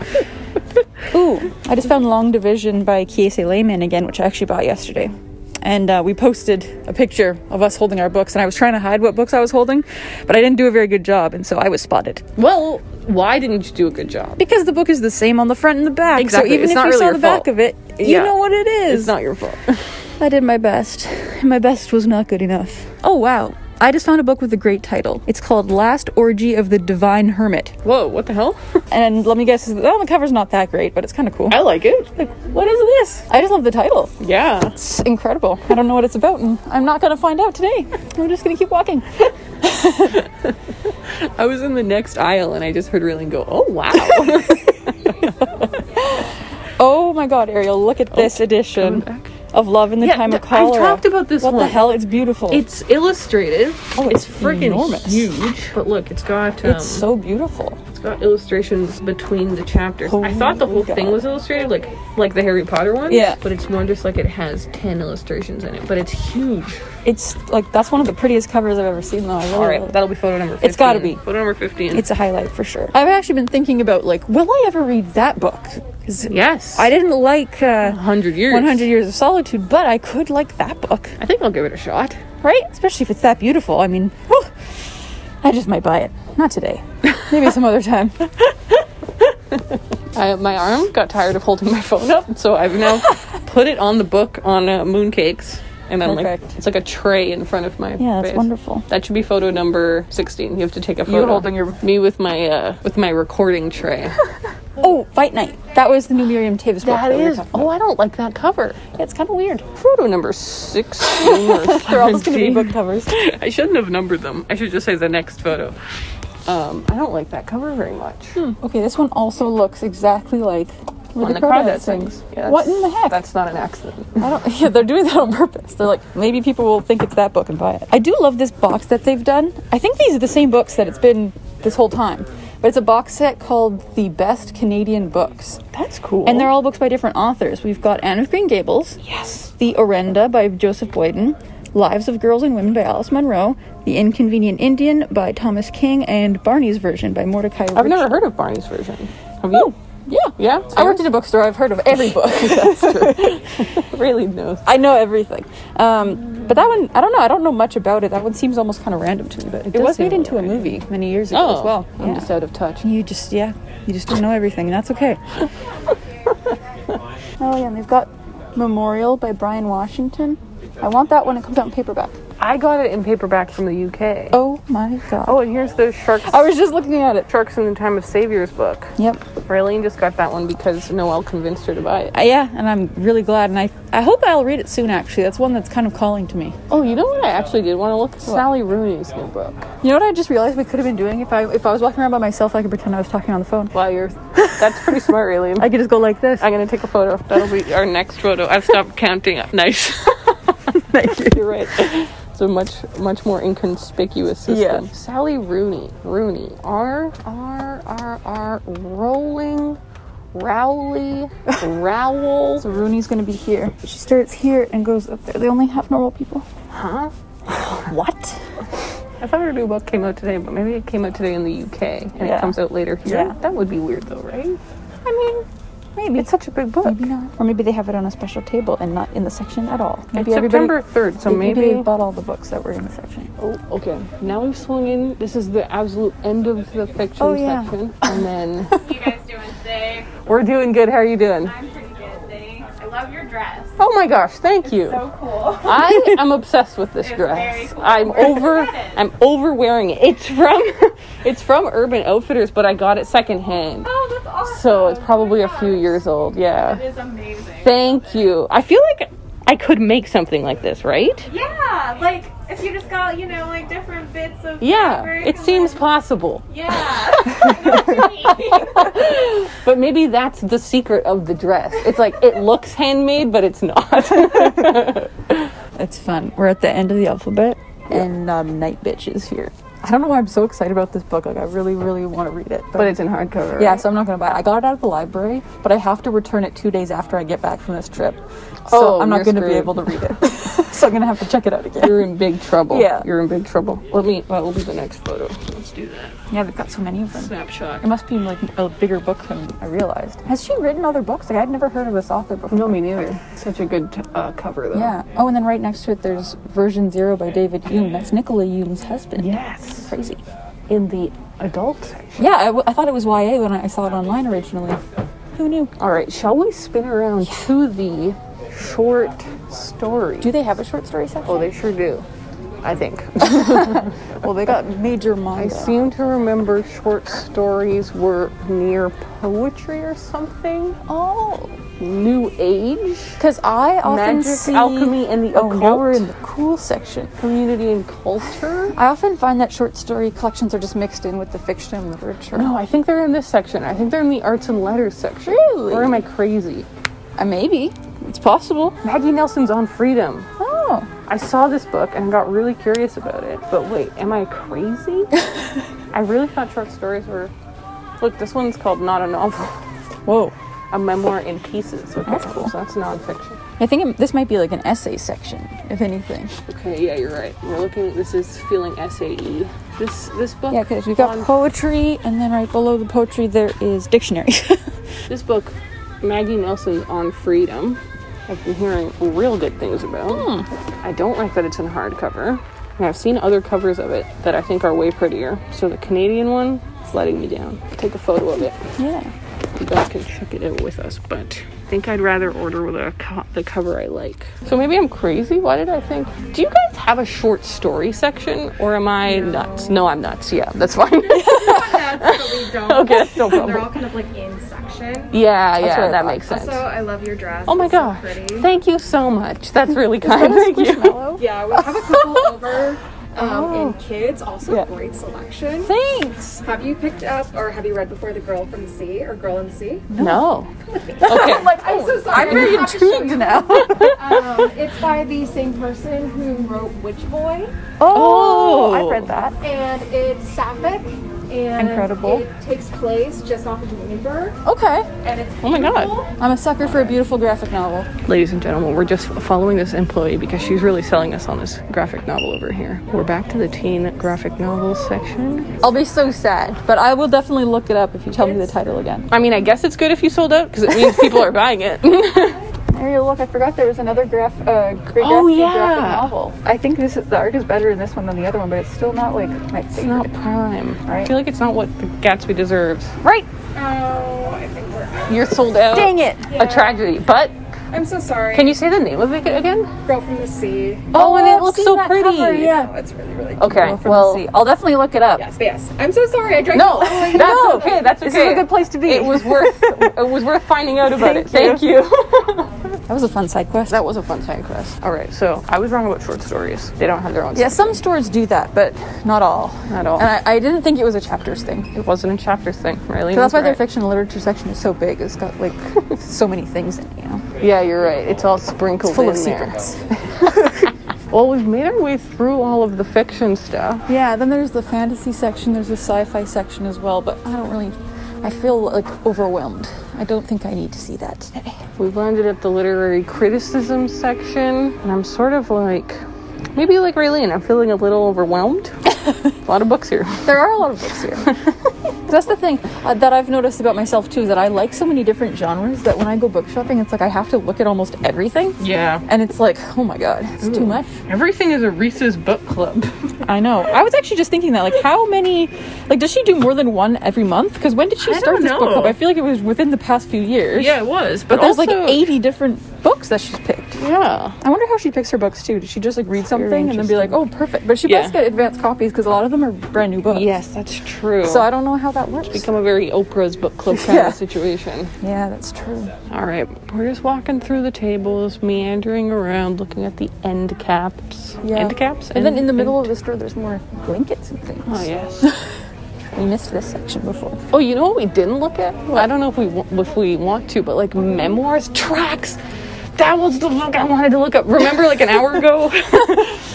S2: Ooh, I just found Long Division by Kiese Lehman again, which I actually bought yesterday. And uh, we posted a picture of us holding our books, and I was trying to hide what books I was holding, but I didn't do a very good job, and so I was spotted.
S1: Well, why didn't you do a good job?
S2: Because the book is the same on the front and the back,
S1: Exactly,
S2: so even
S1: it's
S2: if
S1: not
S2: you
S1: really
S2: saw
S1: your
S2: the
S1: fault.
S2: back of it, you
S1: Yeah.
S2: know what it is.
S1: It's not your fault.
S2: I did my best, and my best was not good enough. Oh wow. I just found a book with a great title. It's called Last Orgy of the Divine Hermit.
S1: Whoa, what the hell?
S2: And let me guess, well, the cover's not that great, but it's kind of cool.
S1: I like it.
S2: What is this? I just love the title.
S1: Yeah.
S2: It's incredible. I don't know what it's about, and I'm not going to find out today. I'm just going to keep walking.
S1: I was in the next aisle and I just heard Raylene go, "Oh wow."
S2: Oh my God, Ariel! Look at this edition
S1: coming back.
S2: of Love in the
S1: Yeah,
S2: Time of
S1: th- I've
S2: Cholera.
S1: talked about this
S2: What
S1: one.
S2: the hell? It's beautiful.
S1: it's illustrated.
S2: Oh,
S1: it's,
S2: it's
S1: freaking
S2: enormous.
S1: huge. But look, it's got um,
S2: it's so beautiful.
S1: it's got illustrations between the chapters. I thought the whole
S2: Holy
S1: thing
S2: God.
S1: was illustrated, like like the Harry Potter one.
S2: Yeah.
S1: But it's more just like it has ten illustrations in it. But it's huge.
S2: It's like that's one of the prettiest covers I've ever seen, though. I really
S1: All right,
S2: love it.
S1: that'll be photo number. 15.
S2: It's gotta be.
S1: photo number fifteen.
S2: It's a highlight for sure. I've actually been thinking about like, will I ever read that book? 'Cause
S1: yes.
S2: I didn't like uh,
S1: hundred years.
S2: 100 Years of Solitude, but I could like that book.
S1: I think I'll give it a shot.
S2: right? Especially if it's that beautiful. I mean, whew, I just might buy it. Not today. Maybe some other time.
S1: I, my arm got tired of holding my phone up, so I've now put it on the book on uh, mooncakes, and I'm like,
S2: Perfect.
S1: it's like a tray in front of my.
S2: Yeah, that's
S1: face.
S2: wonderful.
S1: That should be photo number sixteen. You have to take a photo.
S2: holding your-
S1: me with my uh, with my recording tray.
S2: Oh, Fight Night. That was the new Miriam Tavis book. we were talking
S1: Oh, I don't like that cover.
S2: about. Yeah, it's kind of weird.
S1: Photo number sixteen. or
S2: They're all just going to
S1: 17.
S2: be book covers.
S1: I shouldn't have numbered them. I should just say the next photo. Um, I don't like that cover very much.
S2: Okay, this one also looks exactly like where
S1: On the
S2: crawdads
S1: crawdad
S2: sing.
S1: sings. Yeah,
S2: what
S1: that's-
S2: in the heck?
S1: That's not an accident.
S2: I don't. Yeah, they're doing that on purpose. They're like, maybe people will think it's that book and buy it. I do love this box that they've done. I think these are the same books that it's been this whole time. But it's a box set called The Best Canadian Books.
S1: That's cool.
S2: And they're all books by different authors. We've got Anne of Green Gables,
S1: yes.
S2: The Orenda by Joseph Boyden, Lives of Girls and Women by Alice Munro, The Inconvenient Indian by Thomas King, and Barney's Version by Mordecai
S1: I've never heard of Barney's version. Have you?
S2: Yeah.
S1: Yeah,
S2: I worked in a bookstore. I've heard of every book.
S1: really knows.
S2: I know everything. Um, but that one, I don't know. I don't know much about it. That one seems almost kind of random to me. But it,
S1: does
S2: was
S1: seem
S2: made
S1: a
S2: into
S1: little
S2: a movie many years ago as well.
S1: I'm
S2: Yeah.
S1: just out of touch.
S2: You just, yeah, you just don't know everything, and that's okay. oh, yeah, and they've got Memorial by Brian Washington. I want that when it comes out in paperback.
S1: I got it in paperback from the UK. Oh,
S2: Oh my god.
S1: and here's the sharks.
S2: I was just looking at it.
S1: Sharks in the Time of Saviors book.
S2: Yep.
S1: Raylene just got that one because Noelle convinced her to buy it.
S2: Uh, yeah, and I'm really glad, and I I hope I'll read it soon. Actually, that's one that's kind of calling to me.
S1: Oh, you know what? I actually did want to look at Sally Rooney's new book.
S2: You know what? I just realized we could have been doing if I if I was walking around by myself, I could pretend I was talking on the phone.
S1: Wow, you're. That's pretty smart, Raylene.
S2: I could just go like this.
S1: I'm gonna take a photo. That'll be our next photo. I've stopped counting. up. Nice.
S2: Thank you.
S1: You're right. It's a much much more inconspicuous system.
S2: Yeah.
S1: Sally Rooney. Rooney. R R R R rolling. Rowley, Rowell,
S2: So Rooney's gonna be here. She starts here and goes up there. They only have normal people.
S1: huh?
S2: What?
S1: I thought her new book came out today, but maybe it came out today in the UK and
S2: Yeah.
S1: it comes out later here.
S2: Yeah.
S1: That would be weird though, right?
S2: I mean, maybe
S1: It's such a big book.
S2: Maybe not. Or maybe they have it on a special table and not in the section at all. Maybe
S1: it's
S2: everybody-
S1: September 3rd, so
S2: maybe,
S1: maybe.
S2: they bought all the books that were in the section.
S1: Oh, okay. Now we've swung in. This is the absolute end of the fiction
S2: Oh, yeah.
S1: section. And then
S3: you guys doing today?
S1: we're doing good. How are you doing?
S3: I'm pretty good, thanks. I love your dress.
S1: Oh my gosh, thank you.
S3: So cool.
S1: I am obsessed with this
S3: It's very
S1: dress.
S3: cool.
S1: I'm
S3: Where did you
S1: over
S3: get it?
S1: I'm over wearing it. It's from it's from Urban Outfitters, but I got it secondhand.
S3: Oh, that's awesome.
S1: So it's probably
S3: Oh
S1: a
S3: my
S1: few
S3: gosh.
S1: years old.
S3: It
S1: Yeah.
S3: is amazing.
S1: Thank you. I feel like I could make something like this, right?
S3: yeah, like if you just got you know like different bits of
S1: Yeah,
S3: fabric
S1: it
S3: and,
S1: seems
S3: like-
S1: possible.
S3: yeah. I
S1: But maybe that's the secret of the dress. It's like it looks handmade, but it's not.
S2: It's fun. We're at the end of the alphabet, and um, Night Bitch is here. I don't know why I'm so excited about this book. Like, I really, really want to read it.
S1: but it's in hardcover.
S2: yeah, so I'm not gonna buy it. I got it out of the library, but I have to return it two days after I get back from this trip. So
S1: Oh,
S2: I'm not
S1: you're
S2: gonna be
S1: screwed.
S2: able to read it. so I'm gonna have to check it out again.
S1: You're in big trouble.
S2: Yeah.
S1: You're in big trouble. Let me, that will be the next photo. Let's do that.
S2: Yeah, they've got so many of them.
S1: Snapshot.
S2: It must be like a bigger book than I realized. Has she written other books? Like I'd never heard of this author before.
S1: No, me neither. Such a good uh, cover, though.
S2: Yeah. Oh, and then right next to it, there's Version Zero by David Hume. That's Nicola Hume's husband.
S1: Yes.
S2: Crazy.
S1: In the adult section.
S2: Yeah, I, w- I thought it was YA when I saw it online originally. Who knew?
S1: All right, shall we spin around to the short story?
S2: Do they have a short story section?
S1: oh, they sure do. I think.
S2: well, they got major
S1: I
S2: manga.
S1: seem to remember short stories were near poetry or something.
S2: Oh,
S1: New Age,
S2: because I often
S1: Magic,
S2: see
S1: alchemy, and the
S2: Oh, now we're
S1: occult.
S2: in the cool section.
S1: community, and culture.
S2: I often find that short story collections are just mixed in with the fiction and literature.
S1: No, I think they're in this section. I think they're in the arts and letters section.
S2: Really?
S1: Or am I crazy?
S2: Uh, maybe it's possible.
S1: Maggie Nelson's on Freedom.
S2: Oh.
S1: I saw this book and got really curious about it. But wait, am I crazy? I really thought short stories were. Look, this one's called Not a Novel,
S2: Whoa.
S1: a memoir in pieces. Okay,
S2: That's cool.
S1: So that's nonfiction.
S2: I think it, this might be like an essay section, if anything.
S1: Okay, yeah, you're right. We're looking. This is feeling SAE. This this book.
S2: Yeah, because we got
S1: on-
S2: poetry, and then right below the poetry there is dictionary.
S1: this book. Maggie Nelson's on Freedom. I've been hearing real good things about. I don't like that it's in hardcover. And I've seen other covers of it that I think are way prettier. So the Canadian one is letting me down. Take a photo of it.
S2: yeah.
S1: you guys can check it out with us, but I think I'd rather order with a co- the cover I like. So maybe I'm crazy. Why did I think? Do you guys have a short story section, or am I nuts? No, I'm nuts. Yeah, that's fine. okay,
S3: totally don't.
S1: that's no
S3: They're all
S1: problem.
S3: kind of like in section.
S1: Yeah,
S2: what
S1: yeah,
S2: I
S1: that
S2: thought.
S1: makes sense.
S3: Also, I love your dress.
S1: Oh my
S3: It's so
S1: gosh!
S3: pretty.
S1: Thank you so much. That's really kind. Thank you.
S3: Yeah, we have a couple
S1: Oh.
S3: over. Um, And kids, also great selection.
S2: Thanks.
S3: Have you picked up or have you read before The Girl from the Sea or Girl in the Sea?
S1: No. Okay.
S2: Like
S3: I'm so sorry.
S2: I'm very
S3: I'll have to show
S2: intrigued
S3: you.
S2: now.
S3: Um, it's by the same person who wrote Witch Boy,
S1: Oh.
S2: I've read that.
S3: and it's sapphic. And
S2: Incredible.
S3: It takes place just off of Lunenburg,
S2: Okay.
S3: and it's
S1: Oh my God.
S3: beautiful.
S2: I'm a sucker for a beautiful graphic novel.
S1: Ladies and gentlemen, we're just following this employee because she's really selling us on this graphic novel over here. We're back to the teen graphic novel section.
S2: I'll be so sad, but I will definitely look it up if you tell me the title again.
S1: I mean, I guess it's good if you sold out because it means people are buying it.
S2: There you look. I forgot there was another graph, uh, great
S1: Oh,
S2: graphic,
S1: yeah.
S2: graphic novel. I think this is, the art is better in this one than the other one, but it's still not like my
S1: It's
S2: favorite.
S1: not prime. I
S2: Right.
S1: feel like it's not what the Gatsby deserves.
S2: Right.
S3: Oh, I think we're
S1: You're sold out.
S2: Dang it.
S1: A tragedy. But
S3: I'm so sorry.
S1: Can you say the name of it again?
S3: Girl from the sea.
S1: Oh, and
S2: I've
S1: it looks
S2: seen
S1: so
S2: that
S1: pretty.
S2: cover, yeah.
S3: Oh, it's really, really cute.
S1: Okay.
S2: From
S1: Well,
S2: the sea. I'll definitely look it up.
S3: Yes, yes. I'm so sorry. I drank.
S1: no, that's
S2: No,
S1: okay. That's okay.
S2: This is a good place to be.
S1: It was worth. it was worth finding out about it. Thank you.
S2: that was a fun side quest.
S1: that was a fun time quest. All right. So I was wrong about short stories. They don't have their own.
S2: yeah, some stores do that, but not all.
S1: Not all.
S2: And I, I didn't think it was a chapters thing.
S1: It wasn't a chapters thing, really.
S2: So that's why their fiction and literature section is so big. It's got like so many things in it, you know.
S1: Yeah, you're right. It's all sprinkled
S2: Full
S1: in
S2: of
S1: there.
S2: secrets.
S1: Well, we've made our way through all of the fiction stuff.
S2: Yeah, then there's the fantasy section, there's the sci-fi section as well, but I don't really I feel like overwhelmed. I don't think I need to see that today.
S1: We've landed at the literary criticism section, and I'm sort of like, maybe like Raylene, I'm feeling a little overwhelmed. a lot of books here.
S2: There are a lot of books here. That's the thing uh, that I've noticed about myself too is that I like so many different genres that when I go book shopping, it's like I have to look at almost everything.
S1: Yeah.
S2: And it's like, oh my god, it's too much.
S1: Everything is a Reese's book club.
S2: I know. I was actually just thinking that, like, how many, like, does she do more than one every month? Because when did she
S1: I
S2: start
S1: don't
S2: this book
S1: know.
S2: club? I feel like it was within the past few years.
S1: yeah, it was. But,
S2: but there's like
S1: also-
S2: 80 different books that she's picked.
S1: Yeah.
S2: I wonder how she picks her books too. Does she just like read something and then be like, oh, perfect? But she
S1: Yeah.
S2: must get advanced copies because a lot of them are brand new books.
S1: Yes, that's true.
S2: So I don't know how that works.
S1: become a very Oprah's book club kind
S2: Yeah.
S1: of situation.
S2: yeah, that's true.
S1: All right, we're just walking through the tables, meandering around, looking at the end caps.
S2: Yeah.
S1: End caps?
S2: And then in the
S1: End-
S2: middle of the store, there's more blankets and things.
S1: Oh, yes.
S2: We missed this section before.
S1: oh, you know what we didn't look at? I don't know if we wa- if we want to, but like memoirs, tracks. That was the book I wanted to look up. Remember, like an hour ago,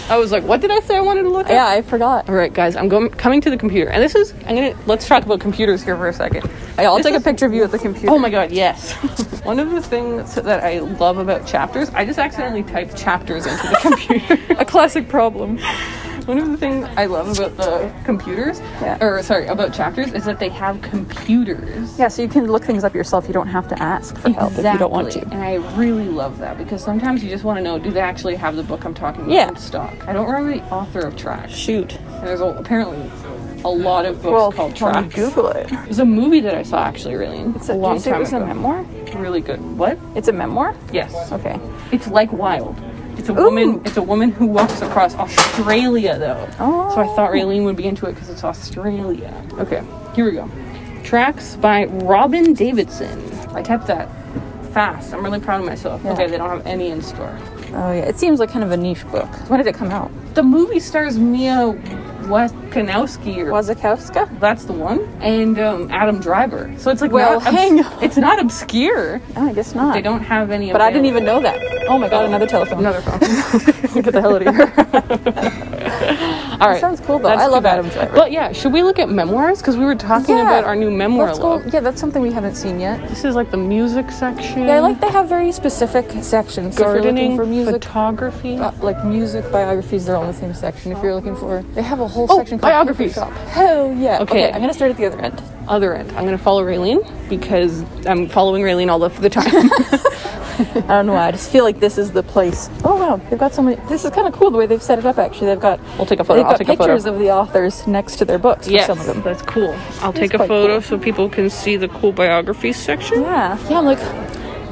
S1: I was like, "What did I say I wanted to look at?"
S2: Yeah, I forgot.
S1: All right, guys, I'm going coming to the computer, and this is I'm gonna let's talk about computers here for a second.
S2: I'll
S1: This
S2: take a
S1: is-
S2: picture of you at the computer.
S1: Oh my god, yes. One of the things that I love about chapters, I just accidentally typed chapters into the computer.
S2: a classic problem.
S1: One of the things I love about the computers,
S2: Yeah.
S1: or sorry, about chapters, is that they have computers.
S2: Yeah, so you can look things up yourself. You don't have to ask for help if you don't want
S1: Exactly.
S2: to.
S1: And I really love that because sometimes you just want to know do they actually have the book I'm talking about
S2: Yeah.
S1: in stock? I don't remember the author of Tracks.
S2: Shoot.
S1: And There's a, apparently a lot of books
S2: Well,
S1: called
S2: let me
S1: Tracks.
S2: Google it.
S1: There's a movie that I saw actually, really, it's a
S2: did
S1: long
S2: you say
S1: time
S2: it was
S1: ago.
S2: a memoir?
S1: Really good. What?
S2: It's a memoir?
S1: Yes.
S2: Okay.
S1: It's like wild. It's a woman. It's a woman who walks across Australia, though.
S2: Oh.
S1: So I thought Raylene would be into it because it's Australia. Okay, here we go. Tracks by Robin Davidson. I typed that fast. I'm really proud of myself.
S2: Yeah.
S1: Okay, they don't have any in store.
S2: Oh, yeah. It seems like kind of a niche book. When did it come out?
S1: The movie stars Mia Wasikowska. Or
S2: Wasikowska?
S1: that's the one, and um, Adam Driver. So it's like
S2: Well,
S1: not
S2: hang
S1: it's not obscure.
S2: No, Ah, I guess not.
S1: They don't have any.
S2: but I didn't even
S1: available.
S2: know that. Oh my god, another telephone.
S1: Another problem.
S2: Get the hell out of here.
S1: All right.
S2: sounds cool, though.
S1: That's
S2: I
S1: too
S2: love
S1: bad.
S2: Adam Driver.
S1: But yeah, should we look at memoirs? Because we were talking
S2: Yeah.
S1: about our new memoir
S2: Let's go.
S1: love.
S2: Yeah, that's something we haven't seen yet.
S1: This is like the music section.
S2: Yeah, I like they have very specific sections. So
S1: Hmm. gardening,
S2: if you're looking for music,
S1: photography.
S2: uh, like music biographies, they're all in the same section. If you're looking for, they have a whole
S1: Oh,
S2: section called
S1: biographies.
S2: Paper Shop. Hell yeah.
S1: Okay.
S2: okay, I'm gonna start at the other end.
S1: Other end. I'm gonna follow Raylene because I'm following Raylene all of the time.
S2: I don't know why. I just feel like this is the place. Oh wow, they've got so many. This is kind of cool the way they've set it up. Actually, they've got.
S1: We'll take a photo,
S2: They've
S1: I'll
S2: got
S1: take a photo.
S2: pictures of the authors next to their books.
S1: yes,
S2: for some of them.
S1: that's cool. I'll take a
S2: quite
S1: photo
S2: cool.
S1: so people can see the cool biography section.
S2: Yeah, yeah. I'm like,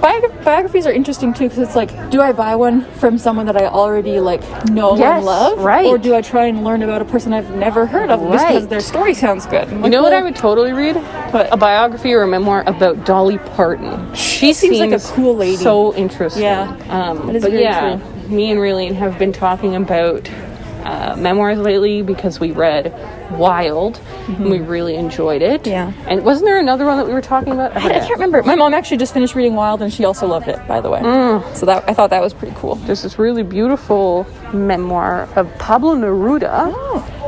S2: biog- biographies are interesting too because it's like, do I buy one from someone that I already like know
S1: Yes,
S2: and love,
S1: right.
S2: Or do I try and learn about a person I've never heard of just because
S1: Right.
S2: their story sounds good?
S1: You know what I would totally read? A biography or a memoir about Dolly Parton. She
S2: seems like a cool lady.
S1: So interesting.
S2: Yeah.
S1: Um,
S2: That is
S1: but
S2: very
S1: yeah, me and Raylene have been talking about uh, memoirs lately because we read Wild and we really enjoyed it.
S2: Mm-hmm. Yeah.
S1: And wasn't there another one that we were talking about?
S2: I can't remember. My mom actually just finished reading Wild, and she also loved it. By the way, so that I thought that was pretty cool.
S1: There's this really beautiful memoir of Pablo Neruda,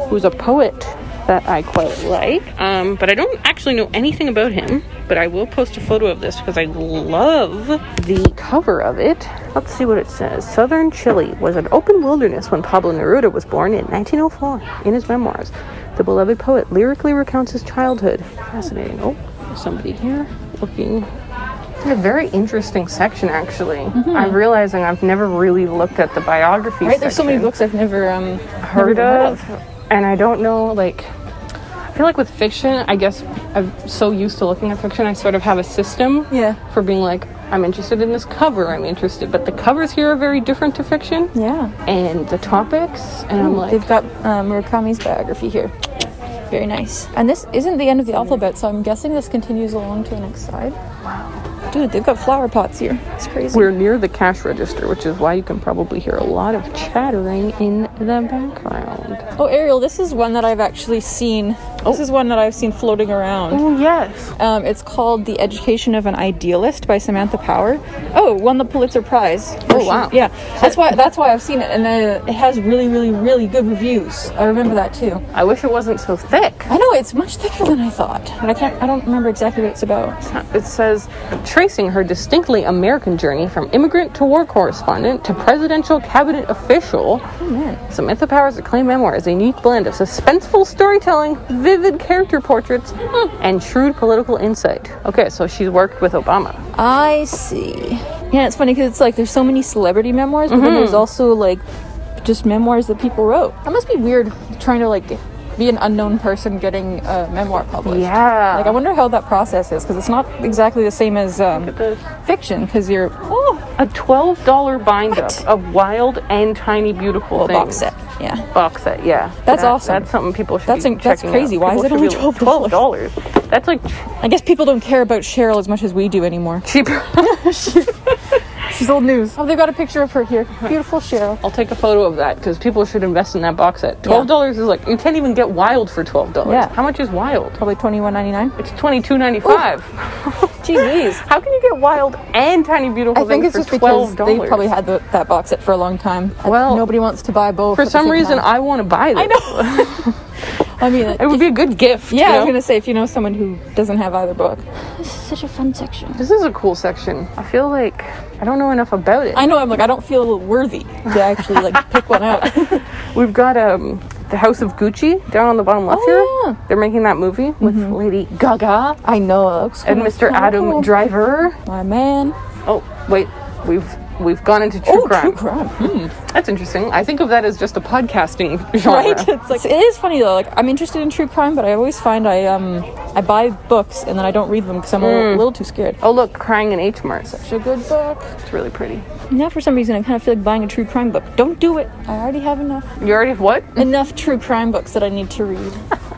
S1: who's a poet that I quite like. Um, but I don't actually know anything about him. But I will post a photo of this because I love the cover of it. Let's see what it says. Southern Chile was an open wilderness when Pablo Neruda was born in 1904. In his memoirs, the beloved poet lyrically recounts his childhood. Fascinating. Oh, there's somebody here looking a very interesting section, actually. I'm realizing I've never really looked at the biography.
S2: Right? Mm-hmm. There's so many
S1: section.
S2: books I've never um,
S1: heard
S2: never
S1: of, and I don't know like. I feel like with fiction, I guess I'm so used to looking at fiction, I sort of have a system
S2: Yeah.
S1: for being like, I'm interested in this cover, I'm interested. But the covers here are very different to fiction.
S2: Yeah.
S1: And the topics, and I'm like,
S2: They've got uh, Murakami's biography here. Very nice. And this isn't the end of the alphabet, so I'm guessing this continues along to the next side. Wow. Dude, they've got flower pots here. It's crazy.
S1: we're near the cash register, which is why you can probably hear a lot of chattering in the background.
S2: Oh, Ariel, this is one that I've actually seen. This is one that I've seen floating around.
S1: Oh, yes.
S2: Um, it's called The Education of an Idealist by Samantha Power. Oh, won the Pulitzer Prize.
S1: Oh, wow.
S2: Yeah, that's why that's why I've seen it, and uh, it has really, really, really good reviews. I remember that too.
S1: I wish it wasn't so thick.
S2: I know it's much thicker than I thought, but I can't. I don't remember exactly what it's about.
S1: It says, tracing her distinctly American journey from immigrant to war correspondent to presidential cabinet official, Samantha Power's acclaimed memoir is a unique blend of suspenseful storytelling, vivid character portraits,
S2: Hmm.
S1: and shrewd political insight. Okay, so she's worked with Obama.
S2: I see. Yeah, it's funny because it's like there's so many celebrity memoirs, but then
S1: Mm-hmm.
S2: there's also like just memoirs that people wrote. That must be weird trying to like be an unknown person getting a memoir published.
S1: Yeah.
S2: Like I wonder how that process is because it's not exactly the same as um,
S1: this.
S2: fiction because you're oh
S1: A $12 bind up of wild and tiny beautiful
S2: a
S1: things.
S2: box set. Yeah.
S1: box set. Yeah,
S2: That's awesome.
S1: That's something people should.
S2: That's
S1: be
S2: in- that's
S1: checking
S2: crazy.
S1: Out.
S2: Why is
S1: People
S2: it
S1: should
S2: only
S1: be like, $12? That's like
S2: I guess people don't care about Cheryl as much as we do anymore.
S1: cheaper.
S2: She's old news. Oh, they've got a picture of her here. Beautiful Cheryl.
S1: I'll take a photo of that because people should invest in that box set. Twelve dollars is like you can't even get wild for twelve dollars.
S2: Yeah.
S1: How much is wild?
S2: Probably twenty one ninety nine.
S1: It's twenty two ninety five.
S2: Jeez.
S1: How can you get wild and tiny beautiful
S2: I think
S1: things
S2: it's just
S1: for
S2: because
S1: twelve
S2: they
S1: dollars?
S2: probably had the, that box set for a long time. and
S1: Well,
S2: nobody wants to buy both.
S1: for
S2: at the
S1: some
S2: same
S1: reason,
S2: time.
S1: I want to buy this.
S2: I know. I mean,
S1: It would be a good gift.
S2: yeah.
S1: you
S2: I was
S1: know?
S2: gonna say if you know someone who doesn't have either book.
S4: Such a fun section.
S1: This is a cool section. I feel like I don't know enough about it.
S2: I know. I'm like I don't feel worthy to actually like pick one out.
S1: We've got um the House of Gucci down on the bottom left
S2: Oh,
S1: here.
S2: yeah. Mm-hmm.
S1: They're making that movie with Lady Gaga
S2: I know. It looks
S1: and
S2: kinda
S1: Mr. Adam
S2: cool.
S1: Driver.
S2: My man.
S1: Oh wait, we've we've gone into true
S2: Oh,
S1: crime.
S2: true crime. Hmm.
S1: That's interesting. I think of that as just a podcasting genre.
S2: Right? It's like it is funny though. Like I'm interested in true crime, but I always find I um I buy books and then I don't read them because I'm a little, little too scared.
S1: Oh look, crying in H Mart. It's
S2: It's Mm. a good book.
S1: really pretty.
S2: Now for some reason I kind of feel like buying a true crime book. Don't do it. I already have enough.
S1: You already have what?
S2: enough true crime books that I need to read.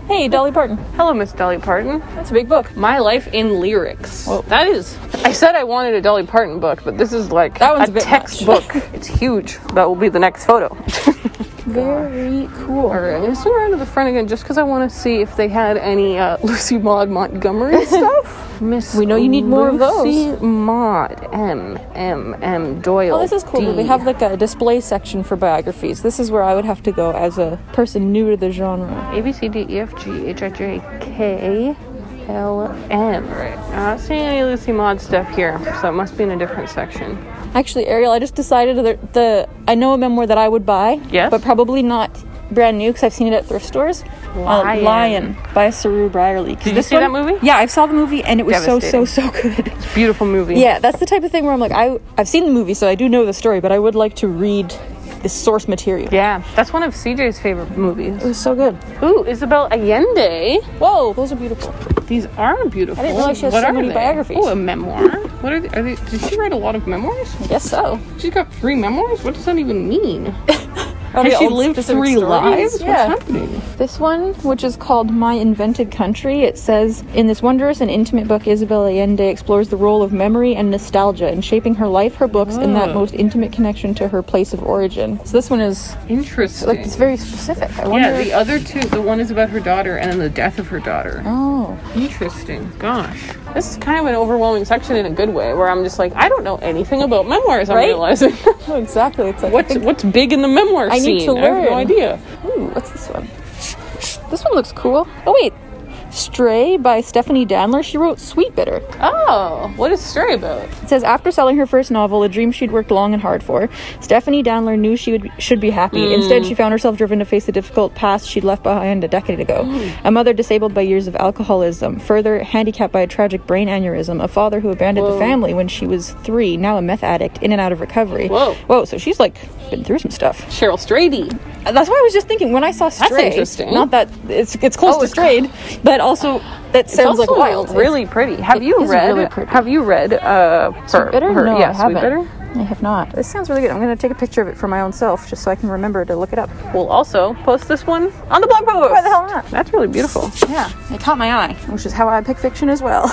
S2: hey, Dolly Parton.
S1: Hello, Miss Dolly Parton.
S2: That's a big book.
S1: My life in lyrics.
S2: Whoa.
S1: That is. I said I wanted a Dolly Parton book, but this is like
S2: That one's a
S1: a
S2: bit
S1: textbook. it's huge. That will be the next photo.
S2: Very cool.
S1: All right, I'm gonna swing around to the front again just because I want to see if they had any uh, Lucy Maud Montgomery stuff. Miss,
S2: We know you need more of those.
S1: Lucy Maud M M M Doyle.
S2: Oh, this is cool. They
S1: D.
S2: have like a display section for biographies. This is where I would have to go as a person new to the genre.
S1: A B C D E F G H I J K L M. uh, Right. I'm not seeing any Lucy Maud stuff here, so it must be in a different section.
S2: Actually, Ariel, I just decided that the I know a memoir that I would buy.
S1: Yes?
S2: But probably not brand new because I've seen it at thrift stores. Uh,
S1: Lion.
S2: Lion by Saru Brierly. 'Cause
S1: Did you
S2: this
S1: see that movie?
S2: Yeah, I saw the movie and it was so so
S1: Devastating.
S2: so good.
S1: It's a beautiful movie.
S2: Yeah, that's the type of thing where I'm like, I I've seen the movie, so I do know the story, but I would like to read the source material.
S1: Yeah, that's one of CJ's favorite movies.
S2: It was so good.
S1: Ooh, Isabel Allende.
S2: Whoa, those are beautiful.
S1: These are beautiful.
S2: I didn't realize she has
S1: What
S2: so
S1: are
S2: many
S1: they?
S2: biographies.
S1: Oh, a memoir. What are they? Are they? Did she write a lot of memoirs?
S2: Guess so.
S1: She's got three memoirs. What does that even mean? Has she lived three lives?
S2: Yeah.
S1: What's happening?
S2: This one, which is called My Invented Country, it says In this wondrous and intimate book, Isabel Allende explores the role of memory and nostalgia in shaping her life, her books, and that most intimate connection to her place of origin. Oh. So this one is
S1: Interesting.
S2: like it's very specific. I wonder.
S1: yeah, the other two. The one is about her daughter, and then the death of her daughter.
S2: oh,
S1: Interesting. Gosh. This is kind of an overwhelming section in a good way where I'm just like, I don't know anything about memoirs, I'm
S2: Right?
S1: realizing.
S2: no, Oh, exactly. It's like I
S1: what's
S2: think-
S1: what's big in the memoir
S2: I need
S1: scene?
S2: to
S1: I have no
S2: learn.
S1: idea.
S2: Ooh, what's this one? This one looks cool. Oh wait, Stray by Stephanie Danler. She wrote Sweet Bitter.
S1: Oh, what is Stray about?
S2: It says after selling her first novel, a dream she'd worked long and hard for, Stephanie Danler knew she would, should be happy.
S1: Mm.
S2: Instead, she found herself driven to face the difficult past she'd left behind a decade ago.
S1: Mm.
S2: A mother disabled by years of alcoholism, further handicapped by a tragic brain aneurysm, a father who abandoned the family when she was three, now a meth addict in and out of recovery.
S1: Whoa.
S2: Whoa, so she's like been through some stuff.
S1: Cheryl Strady.
S2: Uh, That's why I was just thinking when I saw Stray.
S1: interesting. Oh,
S2: Not that it's it's close to Strayed, but also that sounds like
S1: also
S2: wild.
S1: Really pretty. Have you
S2: is
S1: read?
S2: really pretty.
S1: Have you read? Uh, her,
S2: Bitter?
S1: her-
S2: no,
S1: yeah,
S2: I haven't.
S1: Sweet Bitter.
S2: I have not. This sounds really good. I'm going to take a picture of it for my own self just so I can remember to look it up.
S1: We'll also post this one on the blog post.
S2: Why the hell not?
S1: That's really beautiful.
S2: Yeah, it caught my eye, which is how I pick fiction as well.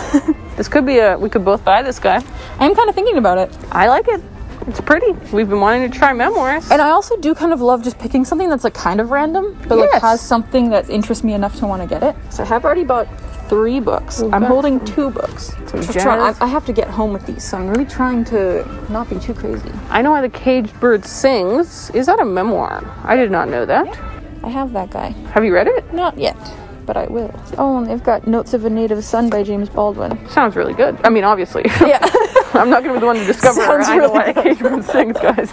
S1: This could be a. We could both buy this guy.
S2: I'm kind of thinking about it.
S1: I like it. It's pretty. We've been wanting to try memoirs.
S2: And I also do kind of love just picking something that's like kind of random, but like
S1: Yes.
S2: has something that interests me enough to want to get it. So I have already bought three books. I'm holding two books. So
S1: jazz.
S2: I, I have to get home with these, so I'm really trying to not be too crazy.
S1: I know why the caged bird sings. Is that a memoir? I did not know that.
S2: I have that guy.
S1: Have you read it?
S2: Not yet, but I will. Oh, and they've got Notes of a Native Son by James Baldwin.
S1: Sounds really good. I mean, obviously.
S2: Yeah.
S1: I'm not going to be the one to discover.
S2: Sounds
S1: I know why
S2: really
S1: the caged bird sings, guys.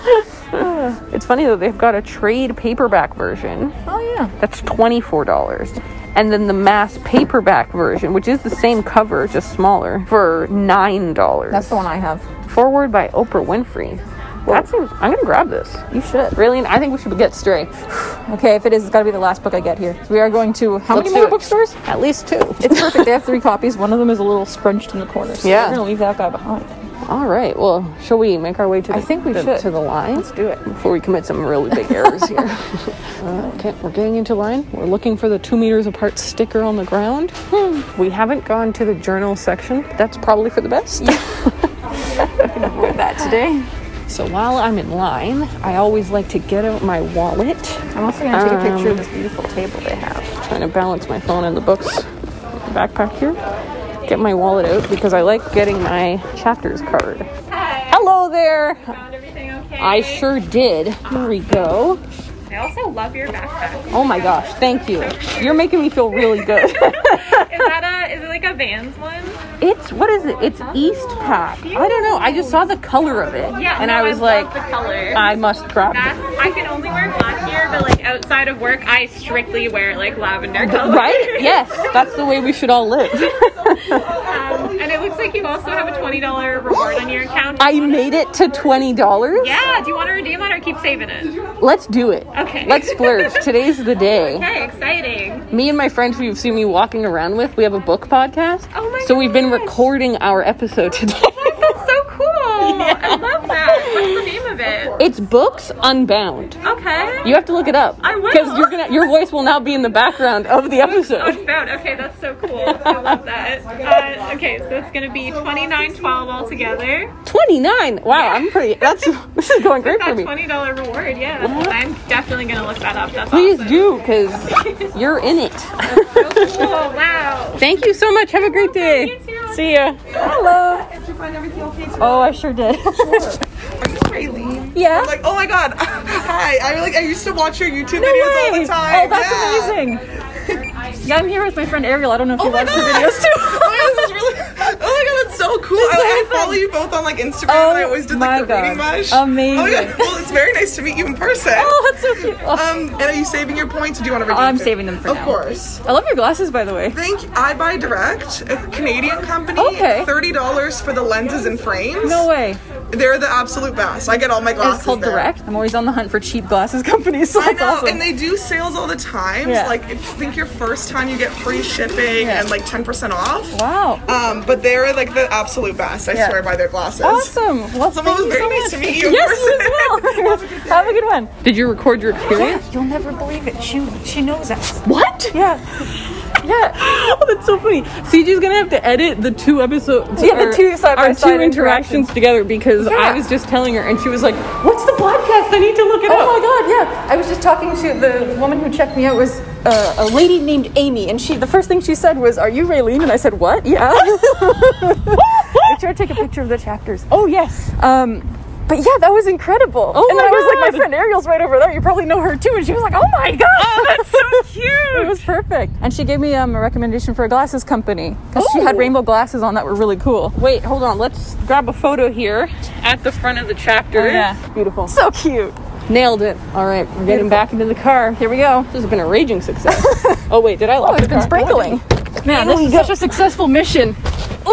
S1: it's funny though. They've got a trade paperback version.
S2: Oh yeah.
S1: That's $24. And then the mass paperback version, which is the same cover, just smaller, for $9.
S2: That's the one I have.
S1: Forward by Oprah Winfrey. That seems. I'm going to grab this.
S2: You should.
S1: Really? I think we should get Stray.
S2: Okay, if it is, it's gotta be the last book I get here. We are going to how
S1: Let's
S2: many
S1: do
S2: more
S1: it.
S2: bookstores?
S1: At least two.
S2: It's perfect. they have three copies. One of them is a little scrunched in the corner. So
S1: Yeah.
S2: we're gonna leave that guy behind.
S1: All right. Well, shall we make our way to the,
S2: I think we
S1: the-
S2: should.
S1: to the line? Let's
S2: do it.
S1: Before we commit some really big errors here. Uh, okay, we're getting into line. We're looking for the two meters apart sticker on the ground.
S2: Hmm.
S1: We haven't gone to the journal section. That's probably for the best.
S2: With that today,
S1: so while I'm in line, I always like to get out my wallet.
S2: I'm also gonna take a picture of this beautiful table they have.
S1: trying to balance my phone and the books backpack here. Get my wallet out because I like getting my chapters covered. Hello there.
S3: Found everything okay?
S1: I sure did. Here we go.
S3: I also love your backpack.
S1: Oh my gosh, thank you. You're making me feel really good.
S3: Is that a? Is it like a Vans one?
S1: it's what is it? It's East Pack. I don't know. I just saw the color of it,
S3: Yeah.
S1: and
S3: no,
S1: I was
S3: love
S1: like,
S3: the color.
S1: I must grab. it.
S3: That's, I can only wear black here, but like outside of work, I strictly wear like lavender color.
S1: Right? Yes, that's the way we should all live.
S3: Um, and it looks like you also have a twenty dollar reward on your account.
S1: I made it to twenty dollars.
S3: yeah. Do you want to redeem it or keep saving it?
S1: Let's do it.
S3: Okay.
S1: Let's splurge. Today's the day.
S3: Okay. Exciting.
S1: Me and my friend who you've seen me walking around with, we have a book podcast.
S3: Oh my
S1: So we've been
S3: gosh. Oh
S1: recording our episode today.
S3: That's so cool. I love that. What's the name of it?
S1: it's Books Unbound.
S3: Okay.
S1: You have to look it up.
S3: I will. Oh
S1: Because you're gonna your voice will now be in the background of the episode.
S3: Unbound. Okay, that's so cool. I love that. Uh, okay, so it's gonna be twenty nine twelve altogether.
S1: 29. Wow, I'm pretty that's this is going great for
S3: That
S1: me.
S3: twenty dollar reward. Yeah, I'm definitely gonna look that up. That's
S1: Please
S3: awesome.
S1: do, because you're in it.
S3: Cool. Wow.
S1: Thank you so much. Have a great day.
S3: too.
S1: See ya.
S2: Hello.
S5: Did you find everything okay? Today?
S2: Oh, I sure did.
S5: Are you Raylene?
S2: yeah.
S5: Like, oh my god, hi! I like I used to watch your YouTube
S2: No
S5: videos
S2: way.
S5: all the time.
S2: Oh, that's
S5: yeah.
S2: amazing. yeah, I'm here with my friend Ariel. I don't know if you
S5: Oh my
S2: watched
S5: god,
S2: the videos too.
S5: oh, my god, this is really, oh my god, that's so cool!
S2: is so
S5: I, I
S2: fun.
S5: follow you both on like Instagram. and I
S2: Oh
S5: always did
S2: my
S5: like the reading
S2: God.
S5: mush. Oh my
S2: Amazing.
S5: god, well, it's very nice to meet you in person.
S2: Oh, that's so cute. Oh,
S5: Um, and are you saving your points? Or do you want to?
S2: I'm saving them for
S5: Of
S2: now.
S5: course.
S2: I love your glasses, by the way.
S5: Thank I buy direct, a Canadian company.
S2: Okay.
S5: Thirty dollars for the lenses and frames.
S2: No way.
S5: They're the absolute best. I get all my glasses.
S2: It's called
S5: there.
S2: Direct. I'm always on the hunt for cheap glasses companies, so
S5: I
S2: that's
S5: know,
S2: awesome.
S5: and they do sales all the time.
S2: Yeah.
S5: Like, I think your first time you get free shipping
S2: Yeah.
S5: and like 10% off.
S2: wow.
S5: Um, but they're like the absolute best. I
S2: Yeah.
S5: swear by their glasses.
S2: Awesome. Well,
S5: Someone
S2: thank you
S5: was very
S2: so
S5: nice
S2: much.
S5: to meet you in
S2: Yes,
S5: person.
S2: you as well. Have a good one.
S1: Did you record your experience?
S6: You'll never believe it. She she knows us.
S1: What?
S2: Yeah. Yeah.
S1: Oh, that's so funny. CJ's gonna have to edit the two episodes.
S2: Yeah, the
S1: or
S2: two side by
S1: our
S2: side
S1: two interactions
S2: interactions.
S1: together because I was just telling her, and she was like, "What's the podcast? I need to look it
S2: Oh
S1: up."
S2: my god, yeah. I was just talking to the woman who checked me out was uh, a lady named Amy, and she the first thing she said was, "Are you Raylene?" And I said, "What? Yeah." Make sure I take a picture of the chapters.
S1: Oh yes.
S2: Um,
S7: But yeah, that was incredible.
S2: Oh
S7: and
S2: my
S7: then I was like,
S2: God.
S7: my friend Ariel's right over there. You probably know her too. And she was like, oh my God. that's so cute. it was perfect. And she gave me um, a recommendation for a glasses company because she had rainbow glasses on that were really cool.
S1: Wait, hold on. Let's grab a photo here at the front of the chapter.
S7: yeah.
S1: Beautiful.
S7: So cute.
S1: Nailed it. All right, we're getting back into the car.
S7: Here we go.
S1: This has been a raging success. oh wait, did I lock
S7: Oh, it's
S1: the
S7: been
S1: car?
S7: sprinkling.
S1: Man, this is such a successful mission.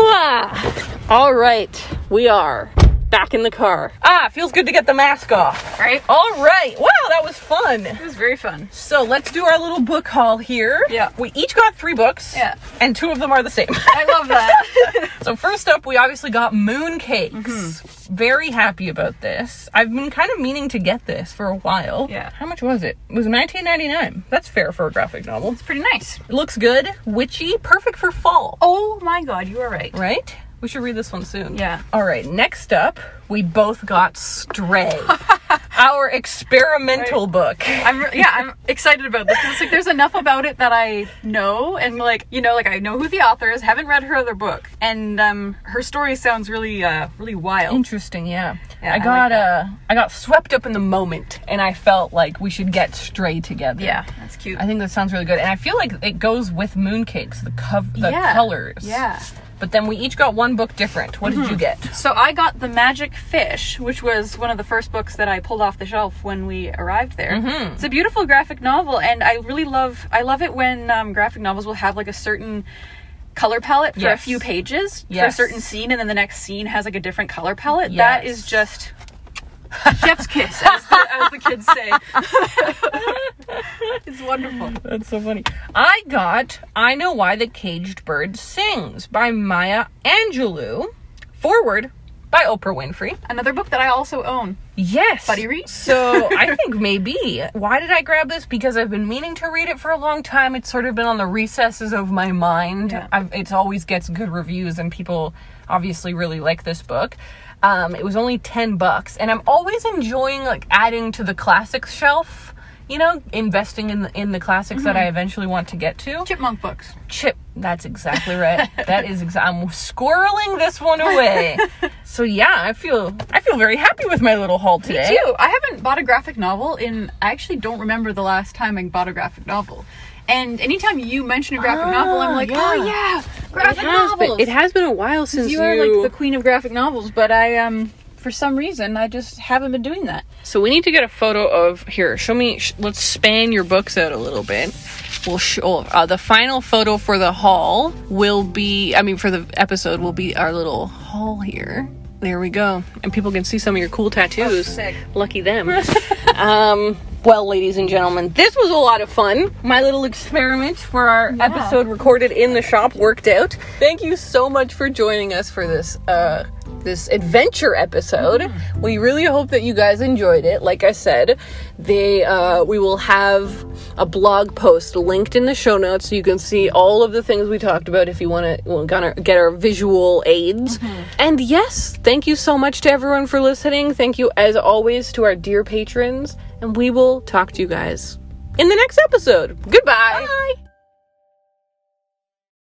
S1: Ooh-ah. All right, we are back in the car. Ah, feels good to get the mask off. Right? All right. Wow, that was fun. It was very fun. So let's do our little book haul here.
S2: Yeah.
S1: We each got three books.
S2: Yeah.
S1: And two of them are the same.
S2: I love that.
S1: So first up, we obviously got moon cakes. Very happy about this. I've been kind of meaning to get this for a while.
S2: Yeah.
S1: How much was it? It was 19.99. That's fair for a graphic novel.
S2: It's pretty nice.
S1: It looks good, witchy, perfect for fall.
S2: Oh my god, you are right.
S1: Right? We should read this one soon.
S2: Yeah.
S1: All right. Next up, we both got Stray, our experimental book.
S2: I'm re- yeah, I'm excited about this. 'cause It's like there's enough about it that I know, and like you know, like I know who the author is. Haven't read her other book, and um, her story sounds really, uh, really wild.
S1: Interesting, yeah.
S2: Yeah,
S1: I
S2: I
S1: got
S2: like
S1: uh, I got swept up in the moment, and I felt like we should get Stray together.
S2: Yeah, that's cute.
S1: I think that sounds really good, and I feel like it goes with mooncakes, the cov- the
S2: Yeah.
S1: colors.
S2: Yeah. Mm-hmm.
S1: But then we each got one book different. What did you get?
S2: So I got The Magic Fish, which was one of the first books that I pulled off the shelf when we arrived there.
S1: Mm-hmm.
S2: It's a beautiful graphic novel, and I really love I love it when um, graphic novels will have like a certain color palette for
S1: Yes.
S2: a few pages for a
S1: Yes.
S2: certain scene, and then the next scene has like a different color palette. That
S1: Yes.
S2: is just chef's kiss, as the, as the kids say. it's wonderful.
S1: That's so funny. I got I Know Why the Caged Bird Sings by Maya Angelou. Forward by Oprah Winfrey.
S2: Another book that I also own.
S1: Yes.
S2: Buddy read?
S1: So I think maybe. Why did I grab this? Because I've been meaning to read it for a long time. It's sort of been on the recesses of my mind. I've, it always gets good reviews, and people obviously really like this book. Um, it was only 10 bucks, and I'm always enjoying like adding to the classics shelf. You know, investing in the, in the classics that I eventually want to get to.
S2: Chipmunk books.
S1: Chip. That's exactly right. that is. Ex- I'm squirreling this one away. so yeah, I feel I feel very happy with my little haul today.
S2: too. I haven't bought a graphic novel in. I actually don't remember the last time I bought a graphic novel. And anytime you mention a graphic novel, I'm like, oh yeah, graphic novels.
S1: It Ah, has been a while since
S2: you are like the queen of graphic novels, but I um. For some reason, I just haven't been doing that.
S1: So we need to get a photo of here. Show me. Sh- let's span your books out a little bit. We'll show uh, the final photo for the haul will be. I mean, for the episode will be our little haul here. There we go, and people can see some of your cool tattoos. Lucky them. um, well, ladies and gentlemen, this was a lot of fun. My little experiment for our episode recorded in the shop worked out. Thank you so much for joining us for this uh, this adventure episode. We really hope that you guys enjoyed it. Like I said, they uh, we will have a blog post linked in the show notes so you can see all of the things we talked about if you want to gonna get our visual aids. And yes, thank you so much to everyone for listening. Thank you as always to our dear patrons, and we will talk to you guys in the next episode. Goodbye. Bye.